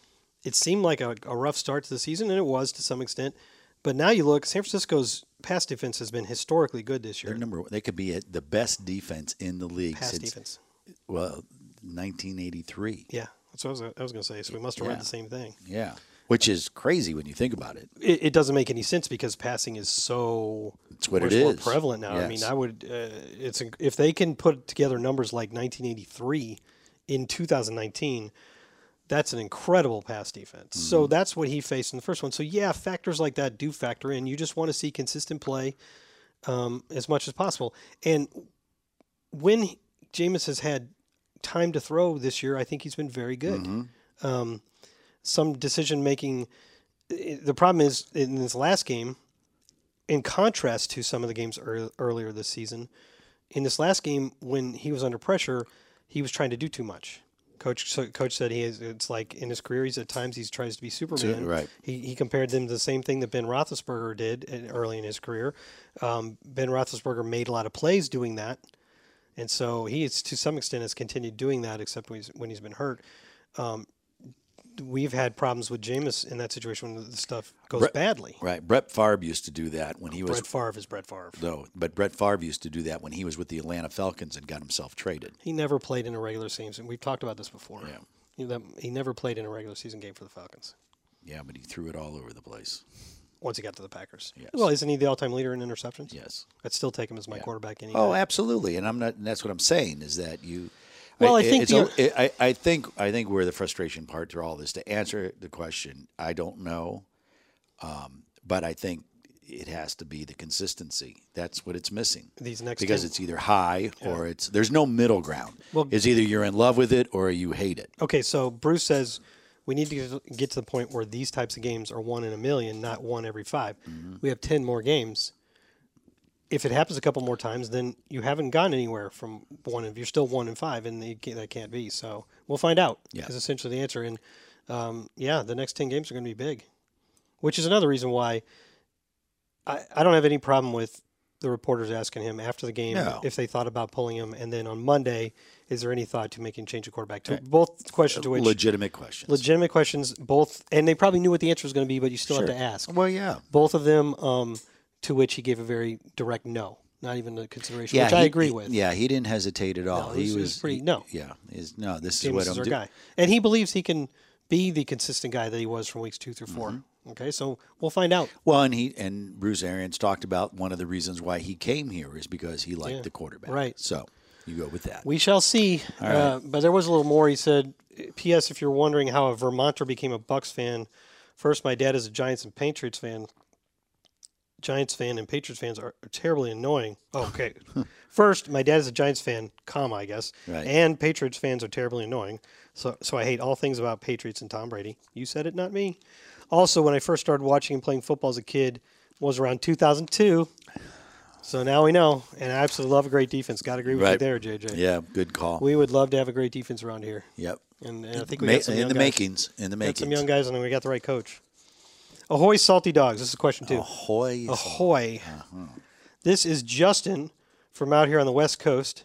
it seemed like a, a rough start to the season, and it was to some extent. But now you look, San Francisco's pass defense has been historically good this year. They're number one. They could be at the best defense in the league pass since defense. well, 1983. Yeah, that's what I was, I was going to say. So we must have Yeah. read the same thing. Yeah, which is crazy when you think about it. it, it doesn't make any sense because passing is so It's what much it more is. prevalent now. I mean, Yes. I would uh, it's inc- if they can put together numbers like 1983 in 2019, that's an incredible pass defense. Mm-hmm. So that's what he faced in the first one. So yeah, factors like that do factor in. You just want to see consistent play um, as much as possible. And when he- Jameis has had time to throw this year, I think he's been very good. Mm-hmm. Um, some decision making. The problem is in this last game, in contrast to some of the games ear earlier this season, in this last game when he was under pressure, he was trying to do too much. Coach so coach said he is. It's like in his career, he's at times he tries to be Superman. right. He, he compared them to the same thing that Ben Roethlisberger did uh, early in his career. Um, ben Roethlisberger made a lot of plays doing that. And so he is, to some extent has continued doing that, except when he's, when he's been hurt. Um, we've had problems with Jameis in that situation when the stuff goes badly. Right. Brett Favre used to do that when he was Oh, Brett Favre is Brett Favre. though, but Brett Favre used to do that when he was with the Atlanta Falcons and got himself traded. He never played in a regular season. We've talked about this before. Yeah. He, that, he never played in a regular season game for the Falcons Yeah, but he threw it all over the place. once he got to the Packers. Well, isn't he the all-time leader in interceptions? Yes. I'd still take him as my quarterback any Oh, day. absolutely, and I'm not. And that's what I'm saying is that you. Well, I think it's the- o- I, I think I think where the frustration part through all this to answer the question, I don't know, um, but I think it has to be the consistency. That's what it's missing. These next because ten- it's either high or it's there's no middle ground. Well- it's either you're in love with it or you hate it. Okay, so Bruce says we need to get to the point where these types of games are one in a million, not one every 5 Mm-hmm. We have 10 more games. If it happens a couple more times, then you haven't gone anywhere from one. If you're still one in five, and you can't- that can't be, so we'll find out. Yeah. is essentially the answer. And um, yeah, the next ten games are going to be big, which is another reason why I, I don't have any problem with the reporters asking him after the game No. if they thought about pulling him, and then on Monday, is there any thought to making change of quarterback? Uh, To both question to which Legitimate questions. legitimate questions, both, and they probably knew what the answer was going to be, but you still have to ask. well, yeah. both of them, um, to which he gave a very direct no, not even a consideration, which I he- agree he- with. Yeah, he didn't hesitate at all. No, he he's- was, he's pretty- no. Yeah, is no. James This is is what I'm our doing. guy, and he believes he can be the consistent guy that he was from weeks two through 4 Mm-hmm. Okay, so we'll find out. Well, and he and Bruce Arians talked about one of the reasons why he came here is because he liked the quarterback. right. So you go with that. We shall see. Uh, but there was a little more. He said, "P.S. If you're wondering how a Vermonter became a Bucks fan, first, my dad is a Giants and Patriots fan. Giants fan and Patriots fans are terribly annoying. Oh, <laughs> okay. first, my dad is a Giants fan, comma I guess, Right. and Patriots fans are terribly annoying. So, so I hate all things about Patriots and Tom Brady. You said it, not me. Also, when I first started watching and playing football as a kid, was around 2002." So now we know, and I absolutely love a great defense. Got to agree with Right. you there, JJ. yeah, good call. We would love to have a great defense around here. yep. And, and I think we Ma- got some in young the guys. makings. In the Got makings. some young guys, and then we got the right coach. Ahoy, salty dogs. This is question two. Hoy. Oh. Ahoy. Uh-huh. This is Justin from out here on the West Coast,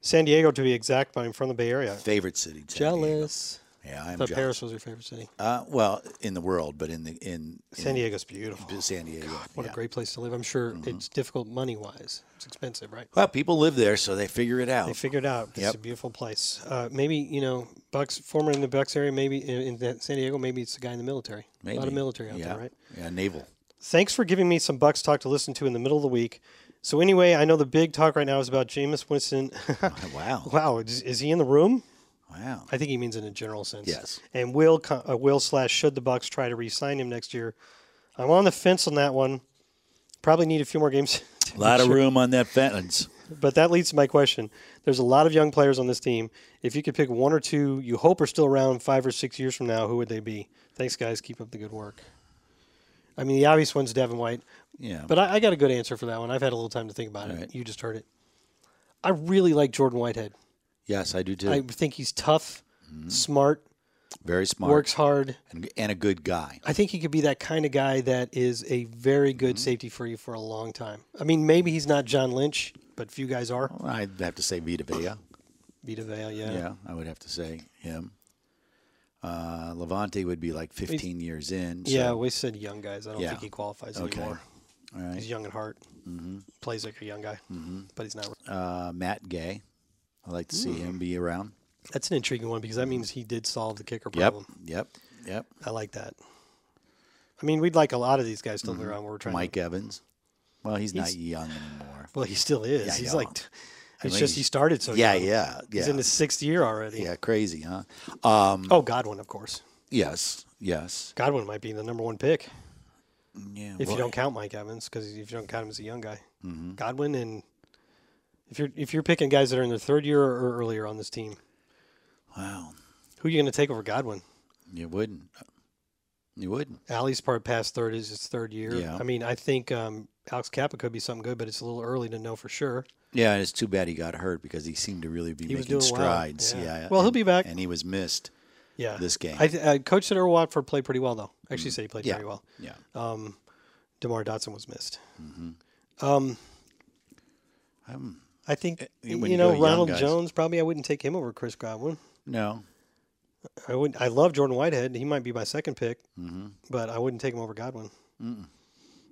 San Diego to be exact, but I'm from the Bay Area. favorite city. San Diego. Jealous. Yeah, I'm Thought jealous. Paris was your favorite city. Uh, well, in the world, but in the in, in San Diego's beautiful. San Diego. What yeah. Mm-hmm. a great place to live. I'm sure it's difficult money wise. It's expensive, right? Well, people live there, so they figure it out. They figured out it's Yep. a beautiful place. Uh, maybe you know, Bucks former in the Bucks area, maybe in, in that San Diego, maybe it's the guy in the military. A lot Maybe. of military out yeah. there, right? Yeah, naval. Thanks for giving me some Bucks talk to listen to in the middle of the week. So anyway, I know the big talk right now is about Jameis Winston. <laughs> Wow. wow, is, is he in the room? Wow. I think he means in a general sense. Yes. And will co- uh, will slash should the Bucks try to re-sign him next year? I'm on the fence on that one. Probably need a few more games. <laughs> A lot of room on that fence. But that leads to my question. There's a lot of young players on this team. If you could pick one or two you hope are still around five or six years from now, who would they be? Thanks, guys. Keep up the good work. I mean, the obvious one's Devin White, Yeah. but I, I got a good answer for that one. I've had a little time to think about it. right. You just heard it. I really like Jordan Whitehead. yes, I do too. I think he's tough, smart, Very Mm-hmm. smart. works hard. and, and a good guy. I think he could be that kind of guy that is a very Mm-hmm. good safety for you for a long time. I mean, maybe he's not John Lynch, but few guys are. I'd have to say Vita <coughs> Vea. Vita Vea, Oh. Yeah, I would have to say him. Uh, Levante would be like 15 years in. So, Yeah, we said young guys. I don't Yeah. think he qualifies Okay. anymore. All right. Mm-hmm. He's young at heart. Plays like a young guy, but he's not. Uh, Matt Gay. I like to see Hmm. him be around. That's an intriguing one because that means he did solve the kicker Yep. problem. Yep. Yep. I like that. I mean, we'd like a lot of these guys still around. Where we're trying. Mm-hmm. Mike To, Evans. Well, he's, not He's- young anymore. well, he still is. Yeah, he's yeah. like. t- I It's mean, just he he's- started so. yeah, Oh, young. yeah, yeah. He's in his sixth year already. yeah, crazy, huh? Um, Oh, Godwin, of course. yes, yes. Godwin might be the number one pick Yeah, if well, you don't count Mike Evans, because if you don't count him as a young guy, Mm-hmm. Godwin and if you're if you're picking guys that are in their third year or earlier on this team, Wow. who are you going to take over Godwin? You wouldn't. You wouldn't. Alley's part past third is his third year. Yeah. I mean, I think um, Alex Kappa could be something good, but it's a little early to know for sure. Yeah, and it's too bad he got hurt because he seemed to really be He was making doing well, strides. yeah. Yeah. Well, he'll and- be back. And he was missed. Yeah. This game. Mm-hmm. I th- uh, Coach said Earl Watford played pretty well, though. Actually, said he played Yeah. very well. Yeah. Um, DeMar Dotson was missed. Mm-hmm. Um, I think, eh, when you you know, go to young Ronald guys- Jones, probably I wouldn't take him over Chris Godwin. No. I wouldn't. I love Jordan Whitehead. He might be my second pick, Mm-hmm. but I wouldn't take him over Godwin. All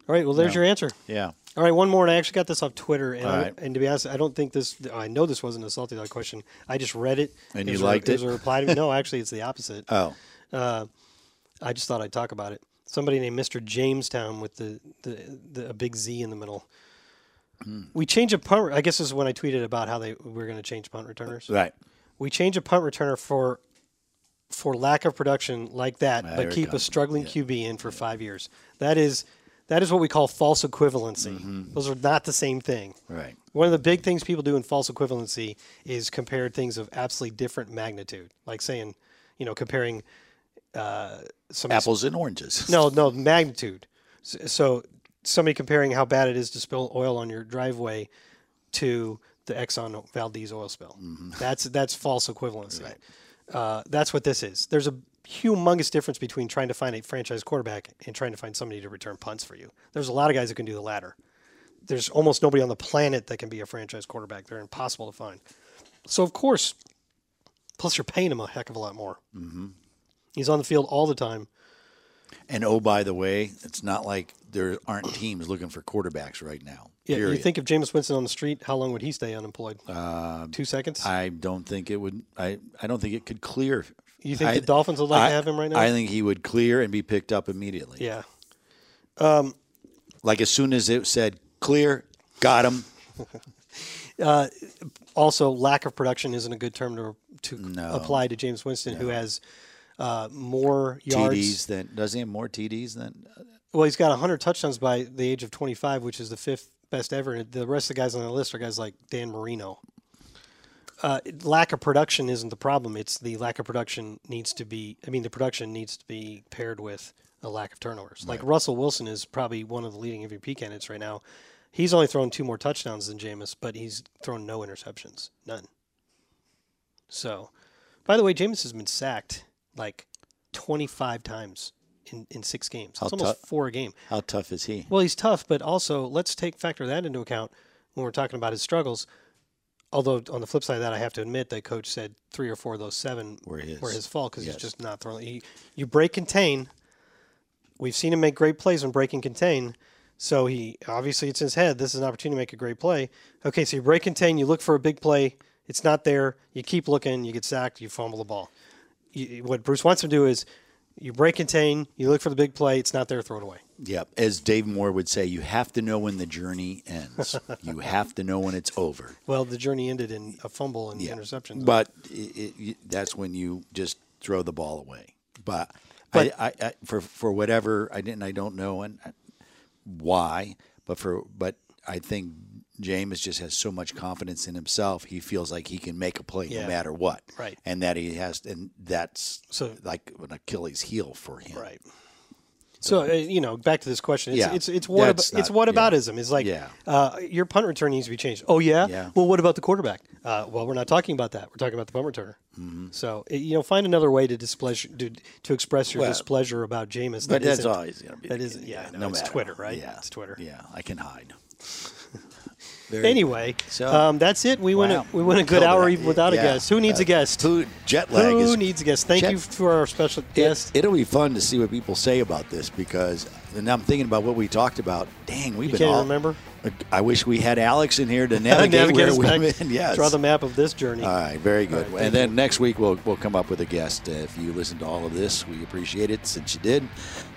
right. Well, there's your answer. Yeah. All right, one more, and I actually got this off Twitter, and, All I- right. and to be honest, I don't think this. I know this wasn't a salty dog question. I just read it, And It you was a- liked It was a it? reply to me. <laughs> No, actually, it's the opposite. Oh. I just thought I'd talk about it. Somebody named Mr. Jamestown with the, the, the a big Z in the middle. Hmm. We change a punt. I guess this is when I tweeted about how they we're going to change punt returners. Right. We change a punt returner for for lack of production like that, there but it keep a comes. struggling QB in for five years. That is that is what we call false equivalency. Those are not the same thing. Mm-hmm. Right. One of the big things people do in false equivalency is compare things of absolutely different magnitude, like saying, you know, comparing uh, some Apples and oranges. no, no, magnitude. S- So somebody comparing how bad it is to spill oil on your driveway to the Exxon Valdez oil spill. That's that's false equivalency. Uh, that's what this is. There's a humongous difference between trying to find a franchise quarterback and trying to find somebody to return punts for you. There's a lot of guys that can do the latter. there's almost nobody on the planet that can be a franchise quarterback. They're impossible to find. So of course, plus you're paying him a heck of a lot more. Mm-hmm. He's on the field all the time. <laughs> And oh, by the way, it's not like there aren't teams looking for quarterbacks right now. Yeah, period. you think of Jameis Winston on the street, how long would he stay unemployed? Two seconds. Um, I don't think it would. I, I don't think it could clear. You think I- the Dolphins would like I- to have him right now? I think he would clear and be picked up immediately. yeah, Like as soon as it said clear, got him. also lack of production isn't a good term to to apply to James Winston, who has uh, more yards. TDs. Then does he have more TDs than? uh, Well, he's got 100 touchdowns by the age of 25, which is the fifth best ever. And the rest of the guys on the list are guys like Dan Marino. Uh, lack of production isn't the problem. It's the lack of production needs to be. I mean, the production needs to be paired with a lack of turnovers. Like Russell Wilson is probably one of the leading MVP candidates right now. He's only thrown two more touchdowns than Jameis, but he's thrown no interceptions, none. So, by the way, Jameis has been sacked like 25 times in, in six games. It's almost tou- four a game. How tough is he? Well, he's tough, but also let's take factor that into account when we're talking about his struggles. Although on the flip side of that, I have to admit that coach said three or four of those seven Were his. fault because Yes. he's just not throwing. He, you break contain. We've seen him make great plays when breaking contain. So he obviously it's in his head. This is an opportunity to make a great play. Okay, so you break contain. You look for a big play. It's not there. You keep looking. You get sacked. You fumble the ball. You, what Bruce wants him to do is you break contain. You look for the big play. It's not there. Throw it away. Yep. As Dave Moore would say, you have to know when the journey <laughs> ends. you have to know when it's over. Well, the journey ended in a fumble and interceptions. But it, it, you- that's when you just throw the ball away. But, But- I, I, I, for for whatever I didn't, I don't know and I- why. But for but I think James just has so much confidence in himself. He feels like he can make a play Yeah. no matter what. Right. And that he has, and that's So- like an Achilles heel for him. right. So uh, you know, back to this question. It's Yeah. it's, it's what That's about, it's not- what yeah. aboutism. It's like Yeah. uh, your punt return needs to be changed. Oh yeah? Yeah. Well, what about the quarterback? Uh, well, we're not talking about that. We're talking about the punt returner. Mm-hmm. So uh, you know, find another way to displeasure to, to express your Well, displeasure about Jameis. that But that's isn't- always going to be. that the is- case. yeah, I know. no It's matter. Twitter, right? Yeah. It's Twitter. Yeah, I can <laughs> hide. Very Anyway, So- um, that's it. We Wow. went a, we went a good Killed hour it. even without Yeah. Uh, a guest. Who needs a guest? Who jet lag Who is needs a guest? Thank jet- you for our special guest. It, will be fun to see what people say about this because and I'm thinking about what we talked about. Dang, we've You been can't all, remember? I wish we had Alex <laughs> in here to navigate, Navigate where us we've back. been. Yes. Draw the map of this journey. all right, very good. thank and then next week we'll we'll come up with a guest. Uh, if you listened to all of this, we appreciate it. Since you did,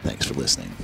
thanks for listening.